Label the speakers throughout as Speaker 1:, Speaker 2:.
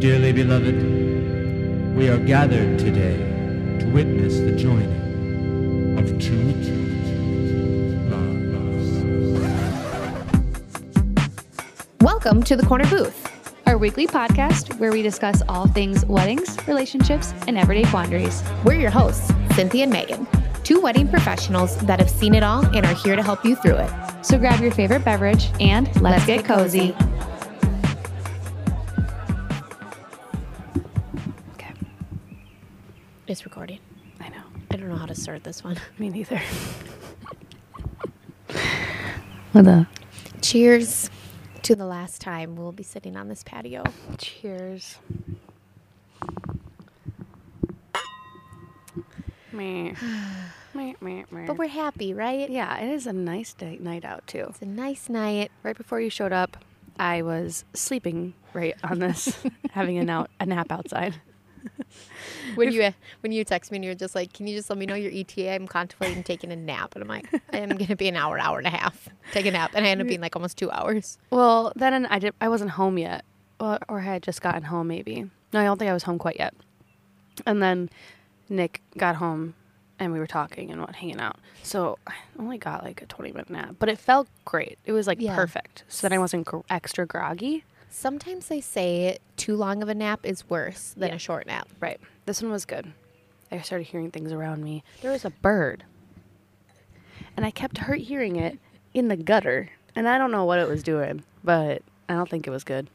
Speaker 1: Dearly beloved, we are gathered today to witness the joining of two lives.
Speaker 2: Welcome to the Corner Booth, our weekly podcast where we discuss all things weddings, relationships, and everyday quandaries.
Speaker 3: We're your hosts, Cynthia and Megan, two wedding professionals that have seen it all and are here to help you through it.
Speaker 2: So grab your favorite beverage and let's, let's get, get, cozy. cozy.
Speaker 3: It's recording.
Speaker 2: I know.
Speaker 3: I don't know how to start this one.
Speaker 2: Me neither. what the?
Speaker 3: Cheers to the last time we'll be sitting on this patio.
Speaker 2: Cheers. me. me, me, me.
Speaker 3: But we're happy, right?
Speaker 2: Yeah, it is a nice day, night out too.
Speaker 3: It's a nice night.
Speaker 2: Right before you showed up, I was sleeping right on this, having a, na- a nap outside
Speaker 3: when you when you text me and you're just like, "Can you just let me know your ETA? I'm contemplating taking a nap." And I'm like, "I'm gonna be an hour, hour and a half. Take a nap." And I end up being like almost two hours.
Speaker 2: Well, then I did. I wasn't home yet, or, or I had just gotten home. Maybe no, I don't think I was home quite yet. And then Nick got home, and we were talking and what hanging out. So I only got like a 20 minute nap, but it felt great. It was like yeah. perfect. So then I wasn't gr- extra groggy.
Speaker 3: Sometimes they say too long of a nap is worse than yeah. a short nap.
Speaker 2: Right. This one was good. I started hearing things around me. There was a bird. And I kept hearing it in the gutter. And I don't know what it was doing, but I don't think it was good.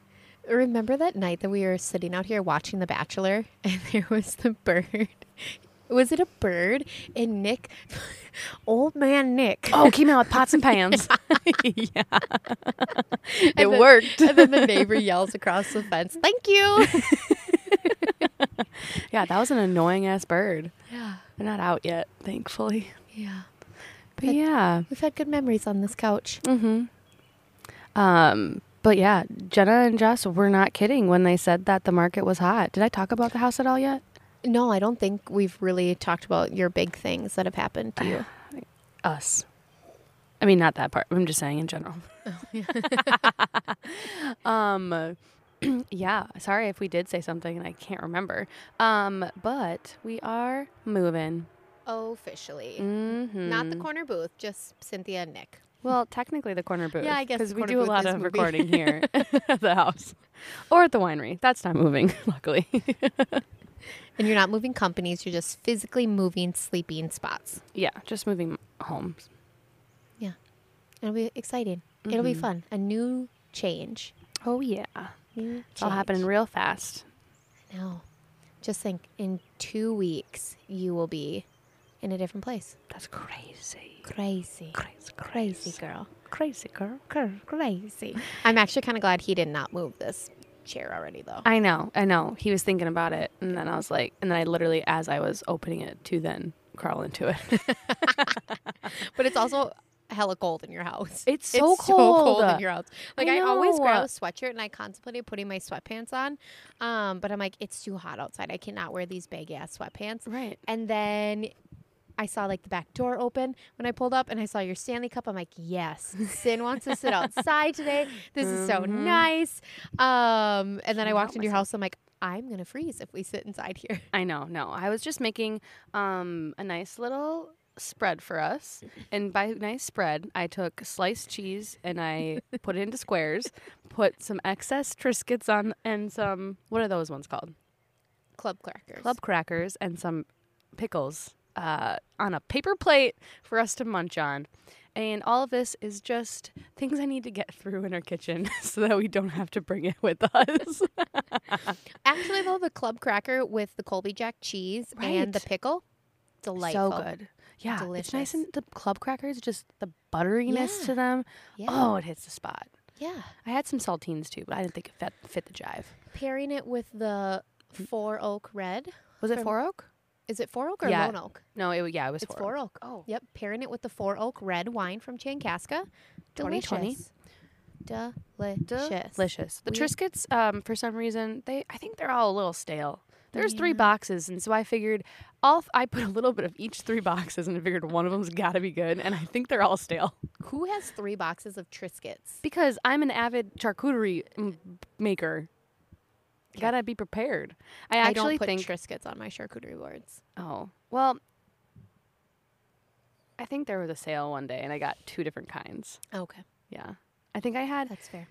Speaker 3: Remember that night that we were sitting out here watching The Bachelor and there was the bird? Was it a bird? And Nick, old man Nick.
Speaker 2: Oh, came out with pots and pans. yeah.
Speaker 3: it
Speaker 2: and then, worked.
Speaker 3: and then the neighbor yells across the fence, Thank you.
Speaker 2: yeah, that was an annoying ass bird.
Speaker 3: Yeah.
Speaker 2: They're not out yet, thankfully.
Speaker 3: Yeah.
Speaker 2: But, but yeah.
Speaker 3: We've had good memories on this couch.
Speaker 2: Mm-hmm. Um, but yeah, Jenna and Jess were not kidding when they said that the market was hot. Did I talk about the house at all yet?
Speaker 3: No, I don't think we've really talked about your big things that have happened to you.
Speaker 2: Us. I mean, not that part. I'm just saying in general. Oh, yeah. um, yeah. Sorry if we did say something and I can't remember. Um, but we are moving
Speaker 3: officially.
Speaker 2: Mm-hmm.
Speaker 3: Not the corner booth, just Cynthia and Nick.
Speaker 2: Well, technically the corner booth.
Speaker 3: Yeah, I guess
Speaker 2: because we
Speaker 3: corner
Speaker 2: do a
Speaker 3: booth
Speaker 2: lot
Speaker 3: is
Speaker 2: of
Speaker 3: moving.
Speaker 2: recording here at the house or at the winery. That's not moving, luckily.
Speaker 3: And you're not moving companies, you're just physically moving sleeping spots.
Speaker 2: Yeah, just moving homes.
Speaker 3: Yeah. It'll be exciting. Mm-hmm. It'll be fun. A new change.
Speaker 2: Oh, yeah.
Speaker 3: New
Speaker 2: it's change. all happening real fast.
Speaker 3: I know. Just think in two weeks, you will be in a different place.
Speaker 2: That's crazy.
Speaker 3: Crazy.
Speaker 2: Crazy,
Speaker 3: crazy, crazy girl.
Speaker 2: Crazy girl.
Speaker 3: Crazy. I'm actually kind of glad he did not move this chair already though.
Speaker 2: I know, I know. He was thinking about it and then I was like and then I literally as I was opening it to then crawl into it.
Speaker 3: but it's also hella cold in your house.
Speaker 2: It's so it's cold.
Speaker 3: So cold in your house. Like I, I always grab a sweatshirt and I contemplated putting my sweatpants on. Um, but I'm like, it's too hot outside. I cannot wear these big ass sweatpants.
Speaker 2: Right.
Speaker 3: And then I saw like the back door open when I pulled up and I saw your Stanley Cup. I'm like, yes, Sin wants to sit outside today. This mm-hmm. is so nice. Um, and then I, I walked into myself. your house. I'm like, I'm going to freeze if we sit inside here.
Speaker 2: I know. No, I was just making um, a nice little spread for us. And by nice spread, I took sliced cheese and I put it into squares, put some excess Triscuits on and some, what are those ones called?
Speaker 3: Club crackers.
Speaker 2: Club crackers and some pickles. Uh, on a paper plate for us to munch on. And all of this is just things I need to get through in our kitchen so that we don't have to bring it with us.
Speaker 3: Actually, though, the club cracker with the Colby Jack cheese
Speaker 2: right.
Speaker 3: and the pickle, delightful.
Speaker 2: So good. Yeah.
Speaker 3: Delicious.
Speaker 2: It's nice. And the club crackers, just the butteriness yeah. to them. Yeah. Oh, it hits the spot.
Speaker 3: Yeah.
Speaker 2: I had some saltines too, but I didn't think it fit, fit the jive.
Speaker 3: Pairing it with the Four Oak Red.
Speaker 2: Was it Four Oak?
Speaker 3: Is it Four Oak or
Speaker 2: yeah.
Speaker 3: Lone Oak?
Speaker 2: No, it yeah, it was
Speaker 3: it's
Speaker 2: Four,
Speaker 3: Oak. Oak.
Speaker 2: Oh,
Speaker 3: yep. Pairing it with the Four Oak red wine from Chancasca. Delicious. Delicious.
Speaker 2: Delicious. The we- Triscuits, um, for some reason, they I think they're all a little stale. There's yeah. three boxes, and so I figured all th- I put a little bit of each three boxes, and I figured one of them's got to be good, and I think they're all stale.
Speaker 3: Who has three boxes of Triscuits?
Speaker 2: Because I'm an avid charcuterie m- maker. Gotta be prepared. I
Speaker 3: I, don't
Speaker 2: actually
Speaker 3: put
Speaker 2: think.
Speaker 3: Triscuits on my charcuterie boards.
Speaker 2: oh well. I think there was a sale one day, and I got two different kinds.
Speaker 3: Okay,
Speaker 2: Yeah, I think I had
Speaker 3: that's fair.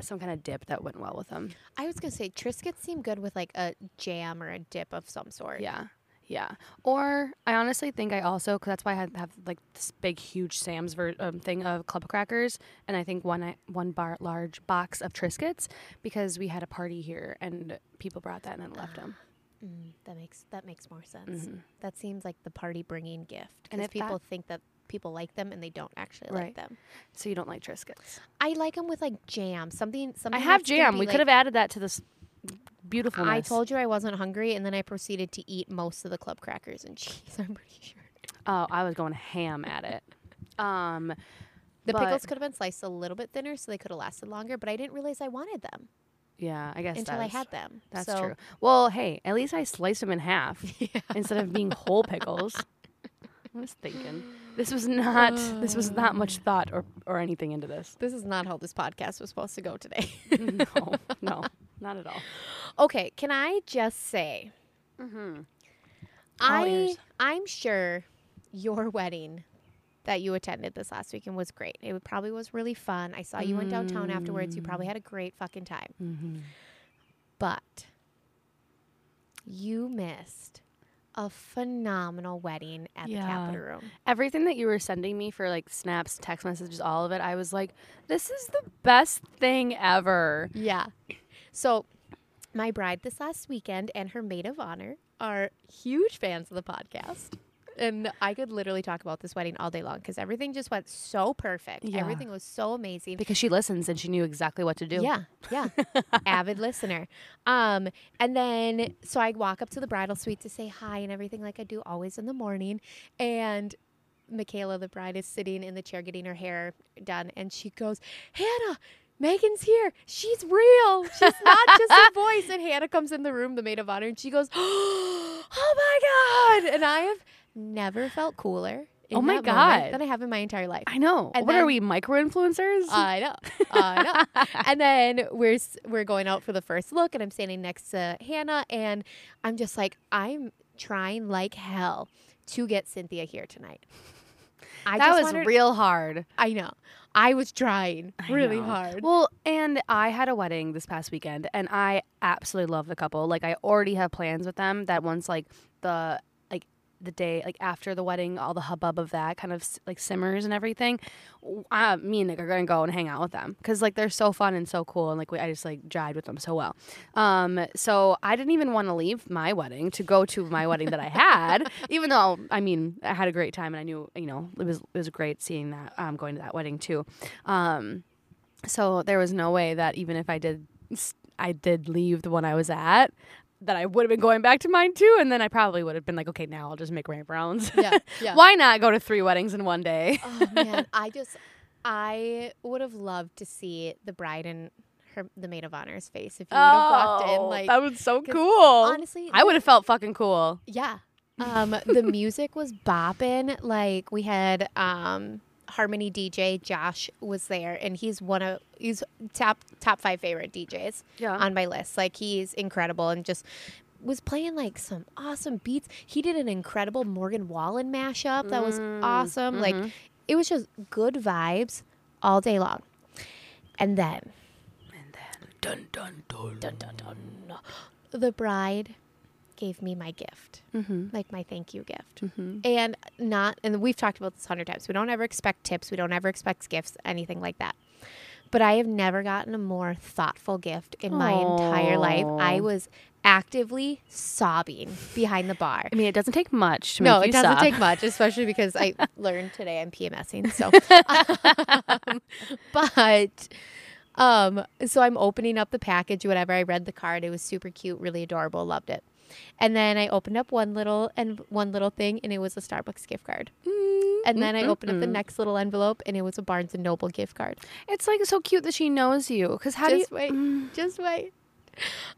Speaker 2: some kind of dip that went well with them.
Speaker 3: I was gonna say Triscuits seem good with like a jam or a dip of some sort.
Speaker 2: Yeah. Yeah. Or I honestly think I also, because that's why I have, have like this big, huge Sam's ver- um, thing of club crackers. And I think one, I- one bar, large box of Triscuits because we had a party here and people brought that and then left them.
Speaker 3: Mm, that makes that makes more sense. That seems like the party bringing gift
Speaker 2: Mm-hmm. And
Speaker 3: because
Speaker 2: if that-
Speaker 3: people think that people like them and they don't actually
Speaker 2: Right.
Speaker 3: like them.
Speaker 2: So you don't like Triscuits.
Speaker 3: I like them with like jam, something.
Speaker 2: I
Speaker 3: something
Speaker 2: have
Speaker 3: that's gonna
Speaker 2: jam.
Speaker 3: be,
Speaker 2: We
Speaker 3: like-
Speaker 2: could have added that to this beautiful.
Speaker 3: I told you I wasn't hungry, and then I proceeded to eat most of the club crackers and cheese. I'm pretty sure
Speaker 2: Oh, I was going ham at it. Um,
Speaker 3: the
Speaker 2: But-
Speaker 3: pickles could have been sliced a little bit thinner, so they could have lasted longer. But I didn't realize I wanted them
Speaker 2: yeah, I guess
Speaker 3: until I
Speaker 2: that's-
Speaker 3: had them.
Speaker 2: That's
Speaker 3: So-
Speaker 2: true. Well, hey, at least I sliced them in half instead of being whole pickles. I was thinking this was not this was not much thought or or anything into this.
Speaker 3: This is not how this podcast was supposed to go today.
Speaker 2: No, no, not at all.
Speaker 3: okay, can I just say,
Speaker 2: All
Speaker 3: I
Speaker 2: ears.
Speaker 3: I'm sure your wedding that you attended this last weekend was great. It probably was really fun. I saw you went downtown afterwards. You probably had a great fucking time.
Speaker 2: Mm-hmm.
Speaker 3: But you missed a phenomenal wedding at
Speaker 2: Yeah.
Speaker 3: the Capitol Room.
Speaker 2: Everything that you were sending me for like snaps, text messages, all of it, I was like, this is the best thing ever.
Speaker 3: Yeah. So, my bride this last weekend and her maid of honor are huge fans of the podcast. And I could literally talk about this wedding all day long because everything just went so perfect.
Speaker 2: Yeah.
Speaker 3: Everything was so amazing.
Speaker 2: Because she listens and she knew exactly what to do.
Speaker 3: Yeah, yeah. Avid listener. Um, and then so I walk up to the bridal suite to say hi and everything like I do always in the morning. And Michaela, the bride, is sitting in the chair getting her hair done, and she goes, Hannah. Megan's here. She's real. She's not just a voice. And Hannah comes in the room, the maid of honor, and she goes, "Oh my god!" And I have never felt cooler. in
Speaker 2: Oh my
Speaker 3: that moment
Speaker 2: God.
Speaker 3: Than I have in my entire life.
Speaker 2: I know.
Speaker 3: And
Speaker 2: what
Speaker 3: then- Uh,
Speaker 2: are we micro influencers?
Speaker 3: I know. I know. and then we're s- we're going out for the first look, and I'm standing next to Hannah, and I'm just like, I'm trying like hell to get Cynthia here tonight. I
Speaker 2: that
Speaker 3: just
Speaker 2: was
Speaker 3: wanted-
Speaker 2: real hard.
Speaker 3: I know. I was trying
Speaker 2: I
Speaker 3: really
Speaker 2: know.
Speaker 3: hard.
Speaker 2: Well, and I had a wedding this past weekend, and I absolutely love the couple. Like, I already have plans with them that once, like, the like the day like after the wedding, all the hubbub of that kind of s- like simmers and everything. w- Uh, me and Nick are gonna go and hang out with them because like they're so fun and so cool, and like we, I just like jived with them so well. Um, so I didn't even want to leave my wedding to go to my wedding that I had, even though I mean I had a great time and I knew you know it was it was great seeing that um, going to that wedding too. Um, so there was no way that even if I did, I did leave the one I was at, that I would have been going back to mine too. And then I probably would have been like, okay, now I'll just make ramp rounds.
Speaker 3: Yeah, yeah.
Speaker 2: Why not go to three weddings in one day?
Speaker 3: oh man, I just I would have loved to see the bride and her the maid of honor's face if you would have walked in
Speaker 2: Oh,
Speaker 3: like
Speaker 2: that was so
Speaker 3: 'cause
Speaker 2: cool.
Speaker 3: honestly
Speaker 2: I would have felt fucking cool.
Speaker 3: Yeah. Um, the music was bopping. Like we had um, Harmony DJ Josh was there, and he's one of he's top top five favorite DJs
Speaker 2: Yeah.
Speaker 3: on my list. Like he's incredible and just was playing like some awesome beats. He did an incredible Morgan Wallen mashup that was awesome. Like it was just good vibes all day long. And then
Speaker 1: Dun dun dun.
Speaker 3: dun, dun, dun. The bride gave me my gift,
Speaker 2: Mm-hmm.
Speaker 3: like my thank you gift. And not, and we've talked about this a hundred times. We don't ever expect tips, we don't ever expect gifts, anything like that. But I have never gotten a more thoughtful gift in my entire life.
Speaker 2: Aw.
Speaker 3: I was actively sobbing behind the bar.
Speaker 2: I mean, it doesn't take much to
Speaker 3: No, it
Speaker 2: make you
Speaker 3: doesn't
Speaker 2: sob.
Speaker 3: take much, especially because I learned today I'm PMSing. So, Um, but um, so I'm opening up the package, whatever. I read the card; it was super cute, really adorable, loved it. And then I opened up one little and one little thing, and it was a Starbucks gift card.
Speaker 2: Mm,
Speaker 3: And then I opened up the next little envelope, and it was a Barnes and Noble gift card.
Speaker 2: It's like so cute that she knows you. Because how
Speaker 3: just
Speaker 2: do you? Mm.
Speaker 3: wait, just wait.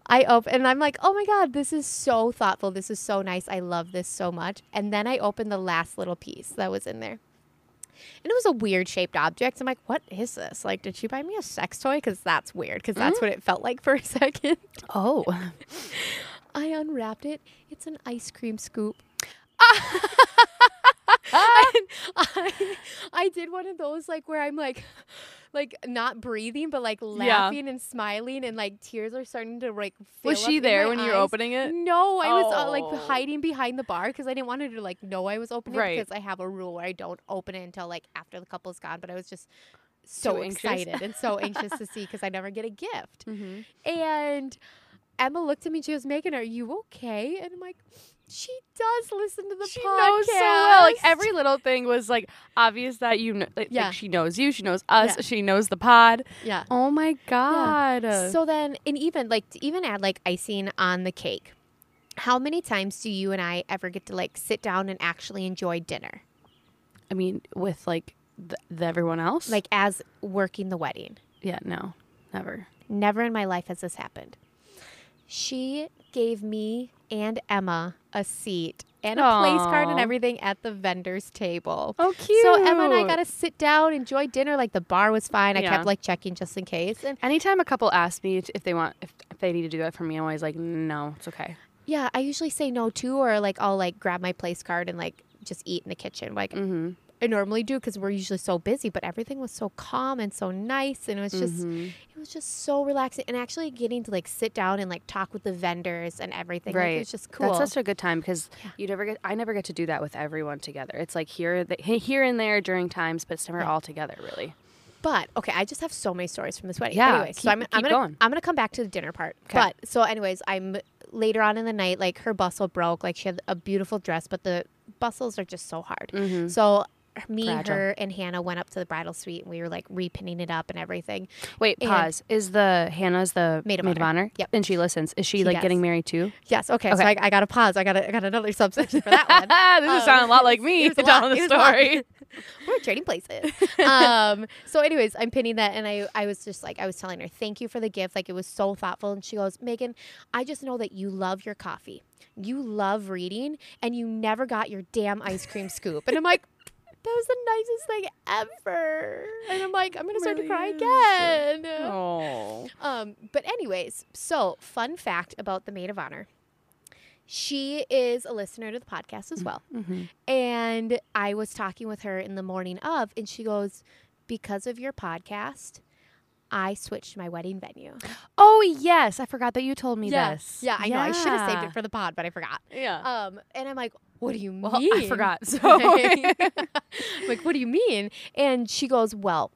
Speaker 3: I open and I'm like, oh my god, this is so thoughtful. This is so nice. I love this so much. And then I open the last little piece that was in there, and it was a weird shaped object. I'm like, what is this? Like, did she buy me a sex toy? Because that's weird. Because
Speaker 2: Mm.
Speaker 3: that's what it felt like for a second.
Speaker 2: Oh.
Speaker 3: I unwrapped it. It's an ice cream scoop. I, I did one of those like where I'm like like not breathing but like laughing and smiling and like tears are starting to like fill
Speaker 2: Was she
Speaker 3: up in
Speaker 2: there
Speaker 3: my
Speaker 2: when you were
Speaker 3: eyes.
Speaker 2: opening it?
Speaker 3: No, I was uh,
Speaker 2: Oh.
Speaker 3: like hiding behind the bar because I didn't want her to like know I was opening
Speaker 2: Right.
Speaker 3: it because I have a rule where I don't open it until like after the couple's gone. But I was just so
Speaker 2: Too anxious.
Speaker 3: excited and so anxious to see because I never get a gift.
Speaker 2: Mm-hmm.
Speaker 3: And Emma looked at me. She was making, "Are you okay?" And I'm like, "She does listen to the
Speaker 2: She
Speaker 3: podcast."
Speaker 2: knows so well. Like every little thing was like obvious that you know. Like,
Speaker 3: Yeah.
Speaker 2: like, she knows you. She knows us.
Speaker 3: Yeah.
Speaker 2: She knows the pod.
Speaker 3: yeah.
Speaker 2: Oh my god.
Speaker 3: So then, and even like to even add like icing on the cake. How many times do you and I ever get to like sit down and actually enjoy dinner,
Speaker 2: I mean, with like th- the everyone else.
Speaker 3: like as working the wedding?
Speaker 2: yeah, no, never.
Speaker 3: Never in my life has this happened. She gave me and Emma a seat and a place card and
Speaker 2: Aw.
Speaker 3: everything at the vendor's table.
Speaker 2: Oh, cute.
Speaker 3: So Emma and I got to sit down, enjoy dinner. Like the bar was fine. I
Speaker 2: Yeah.
Speaker 3: kept like checking just in case. And
Speaker 2: Anytime a couple asks me if they want if, if they need to do that for me, I'm always like, no, it's okay.
Speaker 3: yeah, I usually say no too, or like I'll like grab my place card and like just eat in the kitchen. Like
Speaker 2: Mm-hmm.
Speaker 3: I normally do because we're usually so busy, but everything was so calm and so nice, and it was just
Speaker 2: Mm-hmm.
Speaker 3: it was just so relaxing. And actually getting to like sit down and like talk with the vendors and everything. Like, it was just cool.
Speaker 2: That's such a good time because you never get. I never get to do that with everyone together. It's like here, th- here and there during times, but it's never all together really.
Speaker 3: But okay, I just have so many stories from this wedding.
Speaker 2: Yeah,
Speaker 3: anyway, so
Speaker 2: keep-
Speaker 3: I'm, I'm
Speaker 2: keep
Speaker 3: gonna
Speaker 2: going.
Speaker 3: I'm gonna come back to the dinner part.
Speaker 2: 'Kay.
Speaker 3: But so, anyways, I'm later on in the night. Like her bustle broke. Like she had a beautiful dress, but the bustles are just so hard. So. Me,
Speaker 2: Mm-hmm. Fragile.
Speaker 3: her, and Hannah went up to the bridal suite, and we were like repinning it up and everything.
Speaker 2: Wait,
Speaker 3: And-
Speaker 2: pause. Is the Hannah's the
Speaker 3: Maid of honor. Yep.
Speaker 2: And she listens. Is she,
Speaker 3: She
Speaker 2: like
Speaker 3: does.
Speaker 2: getting married too?
Speaker 3: Yes, okay. So
Speaker 2: Okay.
Speaker 3: I, I got to pause. I got I got another subsection for that one.
Speaker 2: this is
Speaker 3: Um,
Speaker 2: sounding a lot like me
Speaker 3: it was a lot,
Speaker 2: telling
Speaker 3: it
Speaker 2: the
Speaker 3: was a lot.
Speaker 2: story.
Speaker 3: we're trading places. um, so, anyways, I'm pinning that, and I, I was just like, I was telling her, thank you for the gift. Like, it was so thoughtful. And she goes, Megan, I just know that you love your coffee, you love reading, and you never got your damn ice cream scoop. And I'm like, that was the nicest thing ever. And I'm like, I'm gonna start to cry
Speaker 2: Really is.
Speaker 3: again.
Speaker 2: Oh,
Speaker 3: Um, but anyways, so fun fact about the maid of honor. She is a listener to the podcast as well.
Speaker 2: Mm-hmm.
Speaker 3: And I was talking with her in the morning of, and she goes, Because of your podcast, I switched my wedding venue.
Speaker 2: oh yes, I forgot that you told me this.
Speaker 3: Yeah, I know. I should have saved it for the pod, but I forgot.
Speaker 2: Yeah.
Speaker 3: Um, and I'm like, What do you mean?
Speaker 2: well, Oh, I forgot. So
Speaker 3: I'm like, what do you mean? And she goes, Well,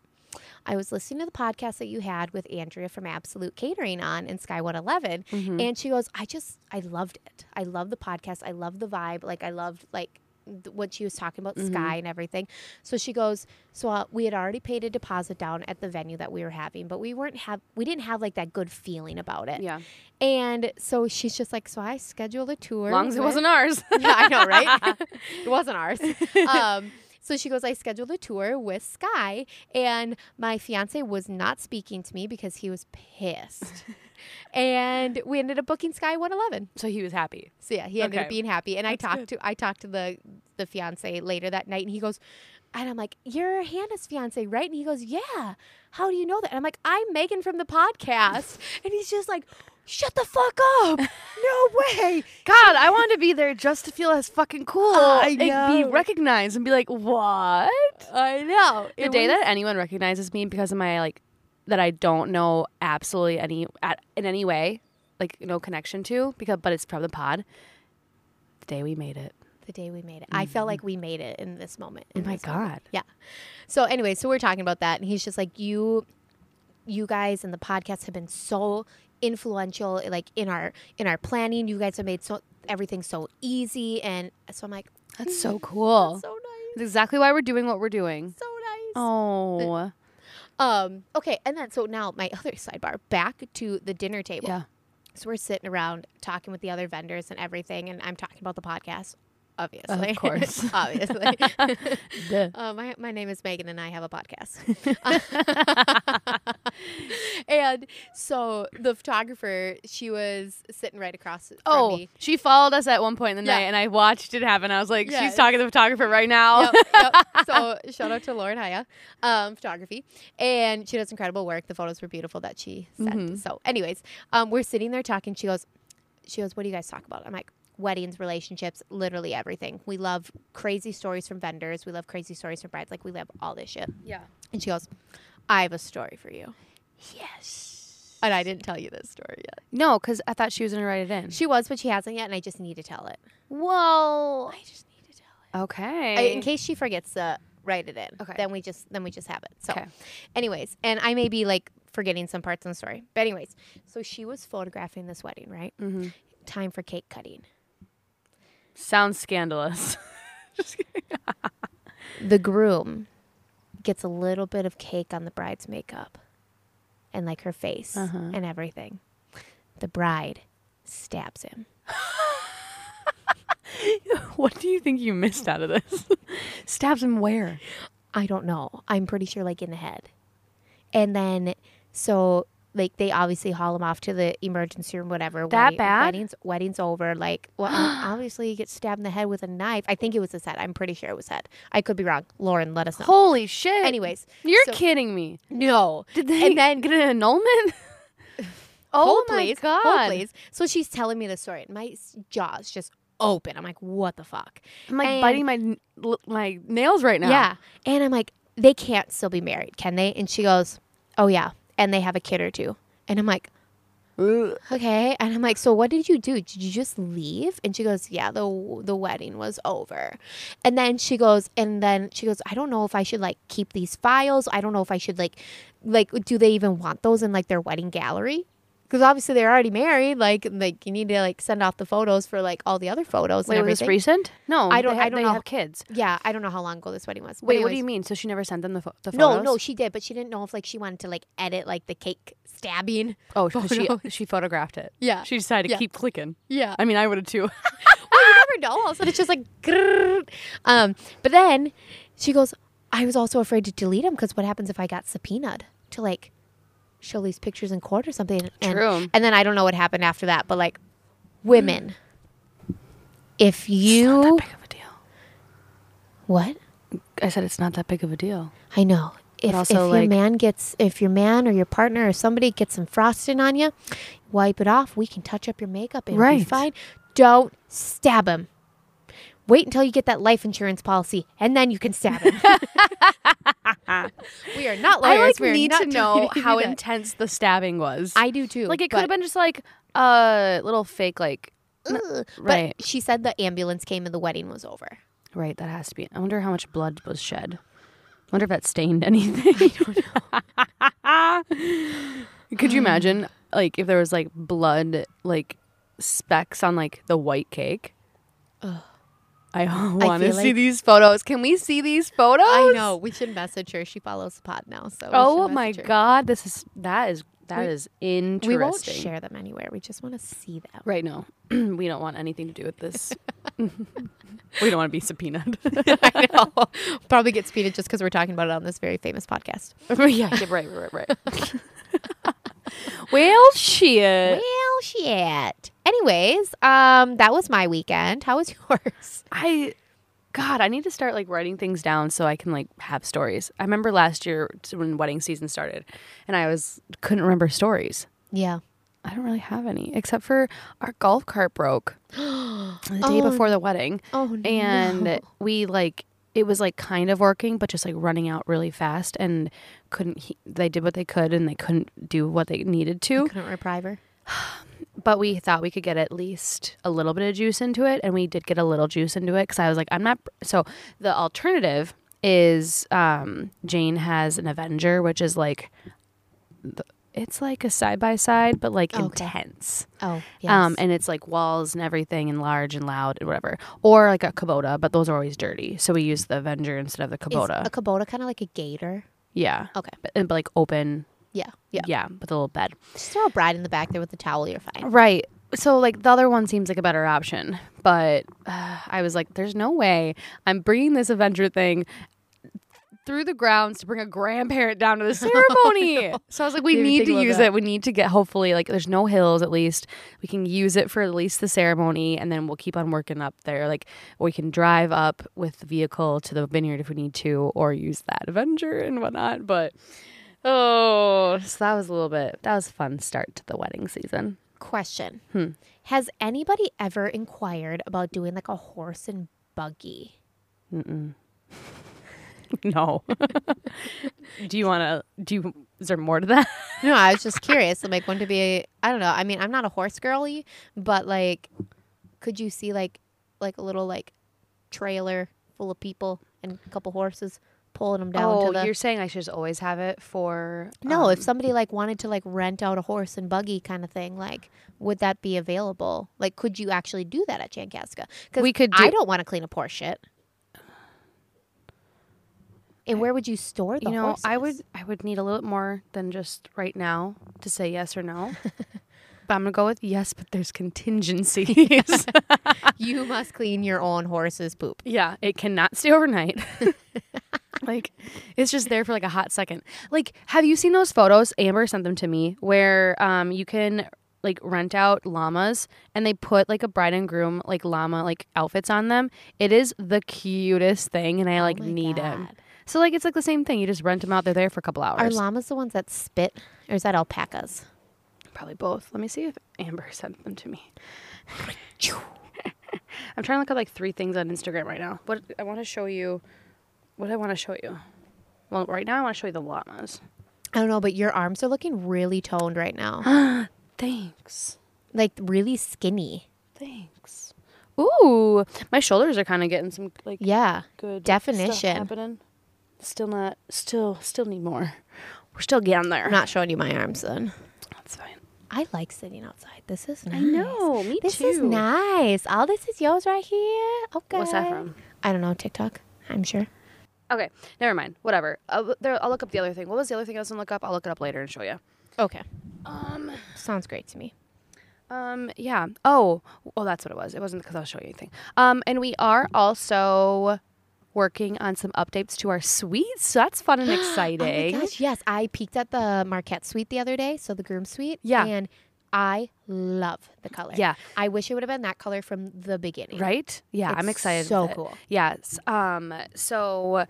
Speaker 3: I was listening to the podcast that you had with Andrea from Absolute Catering on in Sky 111.
Speaker 2: Mm-hmm.
Speaker 3: And she goes, I just, I loved it. I loved the podcast. I loved the vibe. Like, I loved, like, th- what she was talking about
Speaker 2: Mm-hmm.
Speaker 3: sky and everything so she goes so uh, we had already paid a deposit down at the venue that we were having but we weren't have we didn't have like that good feeling about it
Speaker 2: yeah,
Speaker 3: and so she's just like so i scheduled a tour
Speaker 2: as long as it
Speaker 3: with-
Speaker 2: wasn't ours.
Speaker 3: yeah, I know, right? it wasn't ours. Um, so she goes, I scheduled a tour with Sky, and my fiance was not speaking to me because he was pissed. and we ended up booking Sky 111.
Speaker 2: so he was happy.
Speaker 3: So yeah, he ended
Speaker 2: Okay.
Speaker 3: up being happy. And I talked to I talked to the the fiance later that night, and he goes, and I'm like, "You're Hannah's fiance, right?" And he goes, "Yeah." How do you know that? And I'm like, "I'm Megan from the podcast," and he's just like. Shut the fuck up! No way!
Speaker 2: God, I wanted to be there just to feel as fucking cool
Speaker 3: I
Speaker 2: Oh, and be
Speaker 3: know.
Speaker 2: recognized and be like, what?
Speaker 3: I know.
Speaker 2: the day that anyone recognizes me because of my like that I don't know absolutely any at, in any way like no connection to because but it's from the pod. The day we made it.
Speaker 3: the day we made it. I felt like we made it in this moment.
Speaker 2: Mm-hmm. Oh
Speaker 3: in
Speaker 2: my
Speaker 3: this moment.
Speaker 2: god.
Speaker 3: Yeah. So anyway, so we're talking about that, and he's just like, "You, you guys, and the podcast have been so influential, like in our in our planning. You guys have made so everything so easy." And so I'm like,
Speaker 2: That's so cool.
Speaker 3: "So nice,
Speaker 2: That's exactly why we're doing what we're doing.
Speaker 3: so nice."
Speaker 2: Oh.
Speaker 3: Um. Okay, and then so now my other sidebar back to the dinner table.
Speaker 2: Yeah.
Speaker 3: So we're sitting around talking with the other vendors and everything, and I'm talking about the podcast. obviously.
Speaker 2: Of course.
Speaker 3: obviously.
Speaker 2: Duh.
Speaker 3: Uh, my, my name is Megan, and I have a podcast. and so the photographer, she was sitting right across from
Speaker 2: Oh,
Speaker 3: me.
Speaker 2: she followed us at one point in the
Speaker 3: Yeah.
Speaker 2: night, and I watched it happen. I was like,
Speaker 3: Yeah.
Speaker 2: she's talking to the photographer right now.
Speaker 3: Yep, yep. So shout out to Lauren Haya, um, photography, and she does incredible work. The photos were beautiful that she sent. So, anyways, um, we're sitting there talking. She goes, she goes, what do you guys talk about? I'm like, weddings, relationships, literally everything. We love crazy stories from vendors. We love crazy stories from brides. Like we love all this shit.
Speaker 2: Yeah.
Speaker 3: And she goes, I have a story for you.
Speaker 2: Yes.
Speaker 3: And I didn't tell you this story yet.
Speaker 2: No, because I thought she was gonna write it in.
Speaker 3: She was, but she hasn't yet, and I just need to tell it.
Speaker 2: Well.
Speaker 3: I just need to tell it.
Speaker 2: Okay.
Speaker 3: I- in case she forgets to write it in.
Speaker 2: Okay.
Speaker 3: Then we just then we just have it. So,
Speaker 2: Okay.
Speaker 3: anyways, and I may be like forgetting some parts in the story, but anyways, so she was photographing this wedding, right? Mm-hmm. Time for cake cutting.
Speaker 2: Sounds scandalous. Just kidding.
Speaker 3: The groom gets a little bit of cake on the bride's makeup, and like her face
Speaker 2: Uh-huh.
Speaker 3: and everything. The bride stabs him.
Speaker 2: what do you think you missed out of this? Stabs him where?
Speaker 3: I don't know. I'm pretty sure like in the head. And then so like they obviously haul him off to the emergency room, whatever.
Speaker 2: That bad?
Speaker 3: Weddings, weddings over. Like, well, um, obviously you get stabbed in the head with a knife. I think it was his head. I'm pretty sure it was head. I could be wrong. Lauren, let us know.
Speaker 2: Holy shit!
Speaker 3: Anyways,
Speaker 2: you're
Speaker 3: so-
Speaker 2: kidding me.
Speaker 3: no.
Speaker 2: Did they
Speaker 3: And then
Speaker 2: get an annulment? oh
Speaker 3: hold
Speaker 2: my
Speaker 3: please,
Speaker 2: god!
Speaker 3: hold please. So she's telling me the story, and my s- jaw's just open. I'm like, what the fuck?
Speaker 2: I'm like
Speaker 3: And-
Speaker 2: biting my n- l- my nails right now.
Speaker 3: Yeah. And I'm like, they can't still be married, can they? And she goes, Oh, yeah. And they have a kid or two. And I'm like, Okay. And I'm like, So what did you do? Did you just leave? And she goes, Yeah, the, the wedding was over. And then she goes, And then she goes, I don't know if I should like keep these files. I don't know if I should like, like, do they even want those in like their wedding gallery? Because obviously they're already married. Like, like you need to like send off the photos for like all the other photos
Speaker 2: Wait,
Speaker 3: and
Speaker 2: was
Speaker 3: everything.
Speaker 2: this recent? No,
Speaker 3: I don't-
Speaker 2: They, ha-
Speaker 3: I don't
Speaker 2: they
Speaker 3: know.
Speaker 2: have kids.
Speaker 3: yeah, I don't know how long ago this wedding was. But
Speaker 2: Wait, what do
Speaker 3: anyways.
Speaker 2: you mean? So she never sent them the, pho- the photos?
Speaker 3: No, no, she did, but she didn't know if like she wanted to like edit like the cake stabbing.
Speaker 2: oh, 'cause
Speaker 3: photos.
Speaker 2: she she photographed it.
Speaker 3: Yeah.
Speaker 2: she decided to
Speaker 3: Yeah.
Speaker 2: keep clicking.
Speaker 3: Yeah.
Speaker 2: I mean, I would have too.
Speaker 3: well, you never know. All of a sudden, it's just like, grrrr. um. But then she goes, I was also afraid to delete them because what happens if I got subpoenaed to like show these pictures in court or something? And,
Speaker 2: True.
Speaker 3: And then I don't know what happened after that, but like, women, if you
Speaker 2: big of a deal.
Speaker 3: what?
Speaker 2: I said it's not that big of a deal.
Speaker 3: I know. If,
Speaker 2: also,
Speaker 3: if your
Speaker 2: like-
Speaker 3: man gets, if your man or your partner or somebody gets some frosting on you, wipe it off. We can touch up your makeup and be
Speaker 2: Right.
Speaker 3: fine. Don't stab him. Wait until you get that life insurance policy, and then you can stab him. we are not lawyers.
Speaker 2: I like
Speaker 3: we are
Speaker 2: need
Speaker 3: not
Speaker 2: to know
Speaker 3: telling you
Speaker 2: how
Speaker 3: that.
Speaker 2: intense the stabbing was.
Speaker 3: I do too.
Speaker 2: like it
Speaker 3: but-
Speaker 2: could have been just like a little fake like
Speaker 3: Ugh.
Speaker 2: right.
Speaker 3: But she said the ambulance came and the wedding was over.
Speaker 2: Right, that has to be. I wonder how much blood was shed. wonder if that stained anything. I don't know. Could you imagine, like, if there was like blood, like specks on like the white cake? I want to
Speaker 3: feel
Speaker 2: see
Speaker 3: like-
Speaker 2: these photos. Can we see these photos?
Speaker 3: I know. We should message her. She follows the pod now. So we
Speaker 2: Oh
Speaker 3: should
Speaker 2: my
Speaker 3: message her.
Speaker 2: god, this is that is that
Speaker 3: We-
Speaker 2: is interesting.
Speaker 3: We won't share them anywhere. We just want to see them.
Speaker 2: Right now, we don't want anything to do with this. we don't want to be subpoenaed.
Speaker 3: I know. Probably get speeded just because we're talking about it on this very famous podcast.
Speaker 2: yeah, yeah, right, right, right. well, shit.
Speaker 3: Well, shit. Anyways, um, that was my weekend. How was yours?
Speaker 2: I, God, I need to start like writing things down so I can like have stories. I remember last year t- when wedding season started, and I was couldn't remember stories.
Speaker 3: Yeah.
Speaker 2: I don't really have any except for our golf cart broke the day
Speaker 3: Oh,
Speaker 2: before the wedding,
Speaker 3: Oh
Speaker 2: and
Speaker 3: no.
Speaker 2: we like it was like kind of working, but just like running out really fast and couldn't. He- they did what they could, and they couldn't do what they needed to.
Speaker 3: couldn't reprieve her.
Speaker 2: but we thought we could get at least a little bit of juice into it and we did get a little juice into it because i was like i'm not so the alternative is um jane has an avenger which is like the- it's like a side by side but like
Speaker 3: Okay.
Speaker 2: intense
Speaker 3: Oh, yes.
Speaker 2: um and it's like walls and everything and large and loud and whatever or like a kubota but those are always dirty so we use the avenger instead of the
Speaker 3: Is
Speaker 2: kubota
Speaker 3: a Kubota kind of like a gator?
Speaker 2: yeah
Speaker 3: Okay.
Speaker 2: but, and- but like open
Speaker 3: Yeah. Yeah.
Speaker 2: yeah with a little bed
Speaker 3: Just throw a bride in the back there with a towel. You're fine.
Speaker 2: Right. so like the other one seems like a better option, but uh, I was like, there's no way I'm bringing this adventure thing through the grounds to bring a grandparent down to the ceremony. So I was like, we
Speaker 3: Didn't even
Speaker 2: need
Speaker 3: think
Speaker 2: to
Speaker 3: about
Speaker 2: use
Speaker 3: that.
Speaker 2: it. We need to get hopefully like there's no hills at least. We can use it for at least the ceremony, and then we'll keep on working up there. Like or we can drive up with the vehicle to the vineyard if we need to, or use that adventure and whatnot. But oh, so that was a little bit. That was a fun start to the wedding season.
Speaker 3: Question:
Speaker 2: Hmm.
Speaker 3: Has anybody ever inquired about doing like a horse and buggy?
Speaker 2: No. do you want to? Do you? Is there more to that?
Speaker 3: No, I was just curious. I'm like, want to be? A, I don't know. I mean, I'm not a horse girly, but like, could you see like, like a little like trailer full of people and a couple horses pulling them down to the?
Speaker 2: Oh, saying I should just always have it for uh,
Speaker 3: no, if somebody like wanted to like rent out a horse and buggy kind of thing, like, would that be available? Like, could you actually do that at Chancaska? Because
Speaker 2: We could
Speaker 3: I
Speaker 2: do-
Speaker 3: don't want to clean up horse shit. And where would you store the
Speaker 2: you know, I would
Speaker 3: horses?
Speaker 2: I would need a little bit more than just right now to say yes or no. but I'm gonna go with yes, but there's contingencies.
Speaker 3: you must clean your own horse's poop.
Speaker 2: yeah, it cannot stay overnight. like it's just there for like a hot second. Like, have you seen those photos? Amber sent them to me where um you can like rent out llamas and they put like a bride and groom like llama like outfits on them. It is the cutest thing and I like
Speaker 3: Oh my
Speaker 2: need them.
Speaker 3: God.
Speaker 2: So like it's like the same thing. You just rent them out. They're there for a couple
Speaker 3: Are
Speaker 2: hours.
Speaker 3: llamas the ones that spit, or is that alpacas?
Speaker 2: Probably both. Let me see if Amber sent them to me. I'm trying to look at like three things on Instagram right now. What I want to show you, what I want to show you. Well, right now I want to show you the llamas.
Speaker 3: I don't know, but your arms are looking really toned right now,
Speaker 2: Thanks.
Speaker 3: like really skinny.
Speaker 2: Thanks. Ooh, my shoulders are kind of getting some like
Speaker 3: Yeah,
Speaker 2: good
Speaker 3: definition.
Speaker 2: Stuff happening. Still not. Still, still need more. We're still getting there.
Speaker 3: I'm not showing you my arms then.
Speaker 2: That's fine.
Speaker 3: I like sitting outside. This is nice.
Speaker 2: I know. Me
Speaker 3: This
Speaker 2: too.
Speaker 3: is nice. All this is yours right here. Okay.
Speaker 2: What's that from?
Speaker 3: I don't know. TikTok. I'm sure.
Speaker 2: Okay, never mind. Whatever. I'll, there, I'll look up the other thing. What was the other thing I was gonna look up? I'll look it up later and show you.
Speaker 3: Okay.
Speaker 2: Um,
Speaker 3: Sounds great to me.
Speaker 2: um, yeah. Oh, well, that's what it was. It wasn't because I was showing you anything. Um, and we are also working on some updates to our suites. So that's fun and exciting.
Speaker 3: Oh my gosh, yes. I peeked at the Marquette suite the other day, so the groom suite.
Speaker 2: Yeah.
Speaker 3: And I love the color.
Speaker 2: Yeah.
Speaker 3: I wish it would have been that color from the beginning.
Speaker 2: Right? Yeah, I'm
Speaker 3: It's
Speaker 2: excited.
Speaker 3: so
Speaker 2: with it.
Speaker 3: cool.
Speaker 2: Yes. Um, so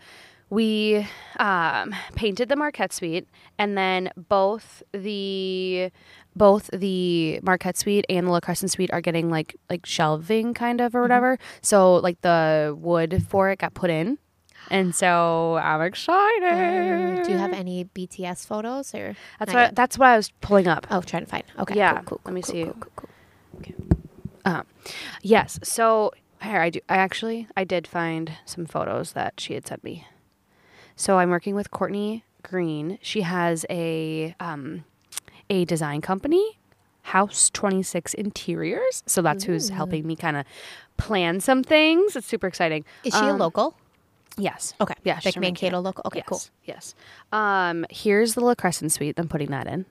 Speaker 2: we um, painted the Marquette suite and then both the both the Marquette suite and the La Crescent suite are getting like like shelving kind
Speaker 3: Mm-hmm.
Speaker 2: of or whatever. So like the wood for it got put in. And so I'm excited.
Speaker 3: Um, do you have any BTS photos or?
Speaker 2: Mm. that's
Speaker 3: not
Speaker 2: what
Speaker 3: yet?
Speaker 2: that's what I was pulling up.
Speaker 3: Oh, trying to find. Okay.
Speaker 2: Yeah,
Speaker 3: Cool, cool,
Speaker 2: let me
Speaker 3: cool,
Speaker 2: see.
Speaker 3: Cool, cool, cool.
Speaker 2: Um, yes. So here I do. I actually I did find some photos that she had sent me. So I'm working with Courtney Green. She has a um, a design company, House 26 Interiors. So that's who's helping me kind of plan some things. It's super exciting.
Speaker 3: Is she a
Speaker 2: Um,
Speaker 3: local?
Speaker 2: Yes.
Speaker 3: Okay.
Speaker 2: Yeah.
Speaker 3: Like
Speaker 2: she's from
Speaker 3: Mankato local. Okay.
Speaker 2: Yes.
Speaker 3: Cool.
Speaker 2: Yes. Um, here's the La Crescent suite. I'm putting that in.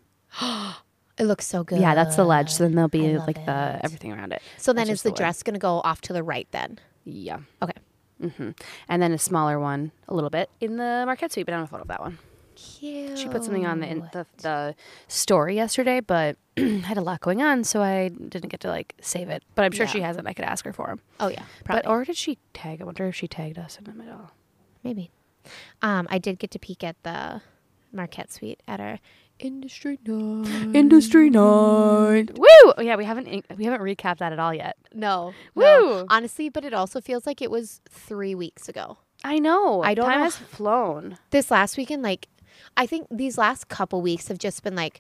Speaker 3: It looks so good.
Speaker 2: Yeah, that's the ledge. So then there'll
Speaker 3: I
Speaker 2: be
Speaker 3: love
Speaker 2: like the
Speaker 3: it.
Speaker 2: everything around it.
Speaker 3: So then
Speaker 2: That's
Speaker 3: is
Speaker 2: just
Speaker 3: the
Speaker 2: wood.
Speaker 3: dress going to go off to the right then?
Speaker 2: Yeah.
Speaker 3: Okay.
Speaker 2: hmm And then a smaller one, a little bit in the Marquette suite, but I don't have a photo of that one.
Speaker 3: Cute.
Speaker 2: She put something on the in, the, the story yesterday, but I had a lot going on, so I didn't get to like save it. But I'm sure
Speaker 3: Yeah.
Speaker 2: she has it. I could ask her for him.
Speaker 3: Oh, yeah. Probably.
Speaker 2: But or did she tag? I wonder if she tagged us in them at all.
Speaker 3: Maybe. Um, I did get to peek at the Marquette suite at our industry night.
Speaker 2: Industry night. Woo! Oh, yeah, we haven't in- we haven't recapped that at all yet.
Speaker 3: No.
Speaker 2: Woo!
Speaker 3: No. Honestly, but it also feels like it was three weeks ago.
Speaker 2: I know.
Speaker 3: I don't
Speaker 2: Time
Speaker 3: know
Speaker 2: has flown.
Speaker 3: this last weekend like i think these last couple weeks have just been like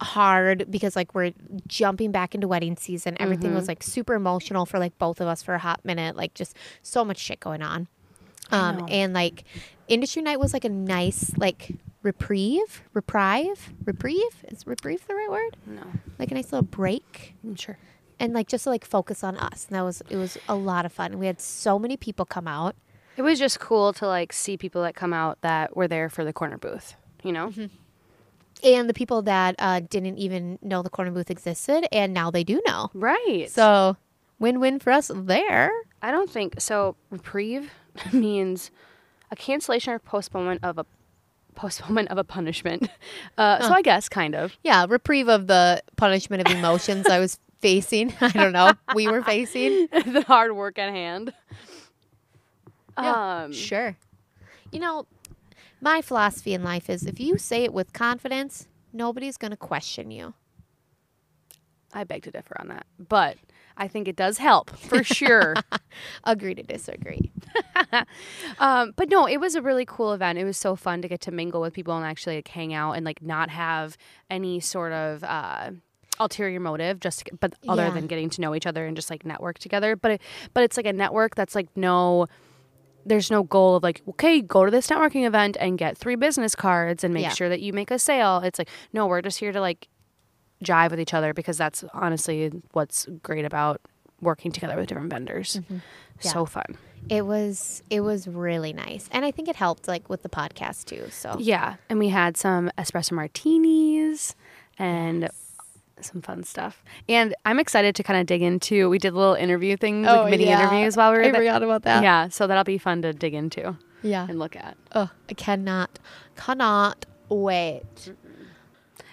Speaker 3: hard because like we're jumping back into wedding season everything was like super emotional for like both of us for a hot minute like just so much shit going on um and like industry night was like a nice like reprieve reprieve reprieve is reprieve the right word
Speaker 2: No,
Speaker 3: like a nice little break
Speaker 2: I'm sure.
Speaker 3: and like just to like focus on us and that was it was a lot of fun we had so many people come out
Speaker 2: It was Mm-hmm. just cool to like see people that come out that were there for the corner booth. You know.
Speaker 3: and the people that uh, didn't even know the corner booth existed, and now they do know.
Speaker 2: Right.
Speaker 3: So win win for us there.
Speaker 2: I don't think so. Reprieve means a cancellation or postponement of a postponement of a punishment. Uh, So I guess kind of.
Speaker 3: Yeah, reprieve of the punishment of emotions I was facing. I don't know. We were facing.
Speaker 2: the hard work at hand.
Speaker 3: Yeah,
Speaker 2: Um,
Speaker 3: sure. You know, my philosophy in life is if you say it with confidence, nobody's going to question you.
Speaker 2: I beg to differ on that, but I think it does help for sure.
Speaker 3: Agree to disagree.
Speaker 2: um, but no, it was a really cool event. It was so fun to get to mingle with people and actually like hang out and like not have any sort of uh, ulterior motive, just to, but other
Speaker 3: Yeah.
Speaker 2: than getting to know each other and just like network together. But it, but it's like a network that's like no. There's no goal of like, okay, go to this networking event and get three business cards and make
Speaker 3: Yeah.
Speaker 2: sure that you make a sale. It's like, no, we're just here to like jive with each other because that's honestly what's great about working together with different vendors.
Speaker 3: Mm-hmm.
Speaker 2: So fun.
Speaker 3: It was it was really nice. And I think it helped like with the podcast too. So
Speaker 2: Yeah, and we had some espresso martinis and some fun stuff. And I'm excited to kind of dig into. We did little interview things, like mini interviews while we were
Speaker 3: Oh, I
Speaker 2: there.
Speaker 3: forgot about that.
Speaker 2: Yeah, so that'll be fun to dig into
Speaker 3: Yeah.
Speaker 2: and look at.
Speaker 3: Oh, I cannot cannot wait.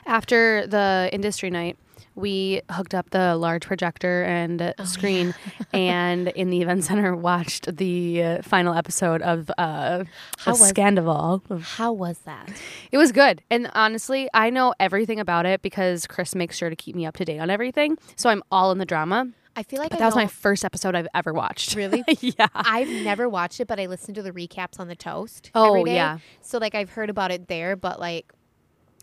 Speaker 2: After the industry night, we hooked up the large projector and screen, and in the event center, watched the uh, final episode of uh,
Speaker 3: How
Speaker 2: of
Speaker 3: was-
Speaker 2: Scandival.
Speaker 3: How was that?
Speaker 2: It was good. And honestly, I know everything about it because Chris makes sure to keep me up to date on everything. So I'm all in the drama.
Speaker 3: I feel like
Speaker 2: But
Speaker 3: I
Speaker 2: that was
Speaker 3: know-
Speaker 2: my first episode I've ever watched.
Speaker 3: Really?
Speaker 2: yeah.
Speaker 3: I've never watched it, but I listened to the recaps on the toast.
Speaker 2: Oh,
Speaker 3: every day.
Speaker 2: yeah.
Speaker 3: So like I've heard about it there, but like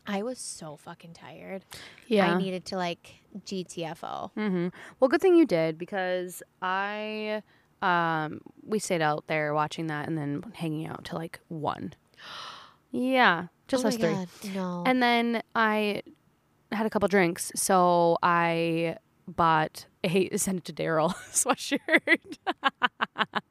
Speaker 3: I was so fucking tired.
Speaker 2: Yeah. Mm.
Speaker 3: I needed to like GTFO.
Speaker 2: Well, good thing you did because I um we stayed out there watching that and then hanging out till like 1. Yeah, just
Speaker 3: oh
Speaker 2: us
Speaker 3: my
Speaker 2: three.
Speaker 3: God, no.
Speaker 2: And then I had a couple drinks, so I bought a sent it to Daryl sweatshirt.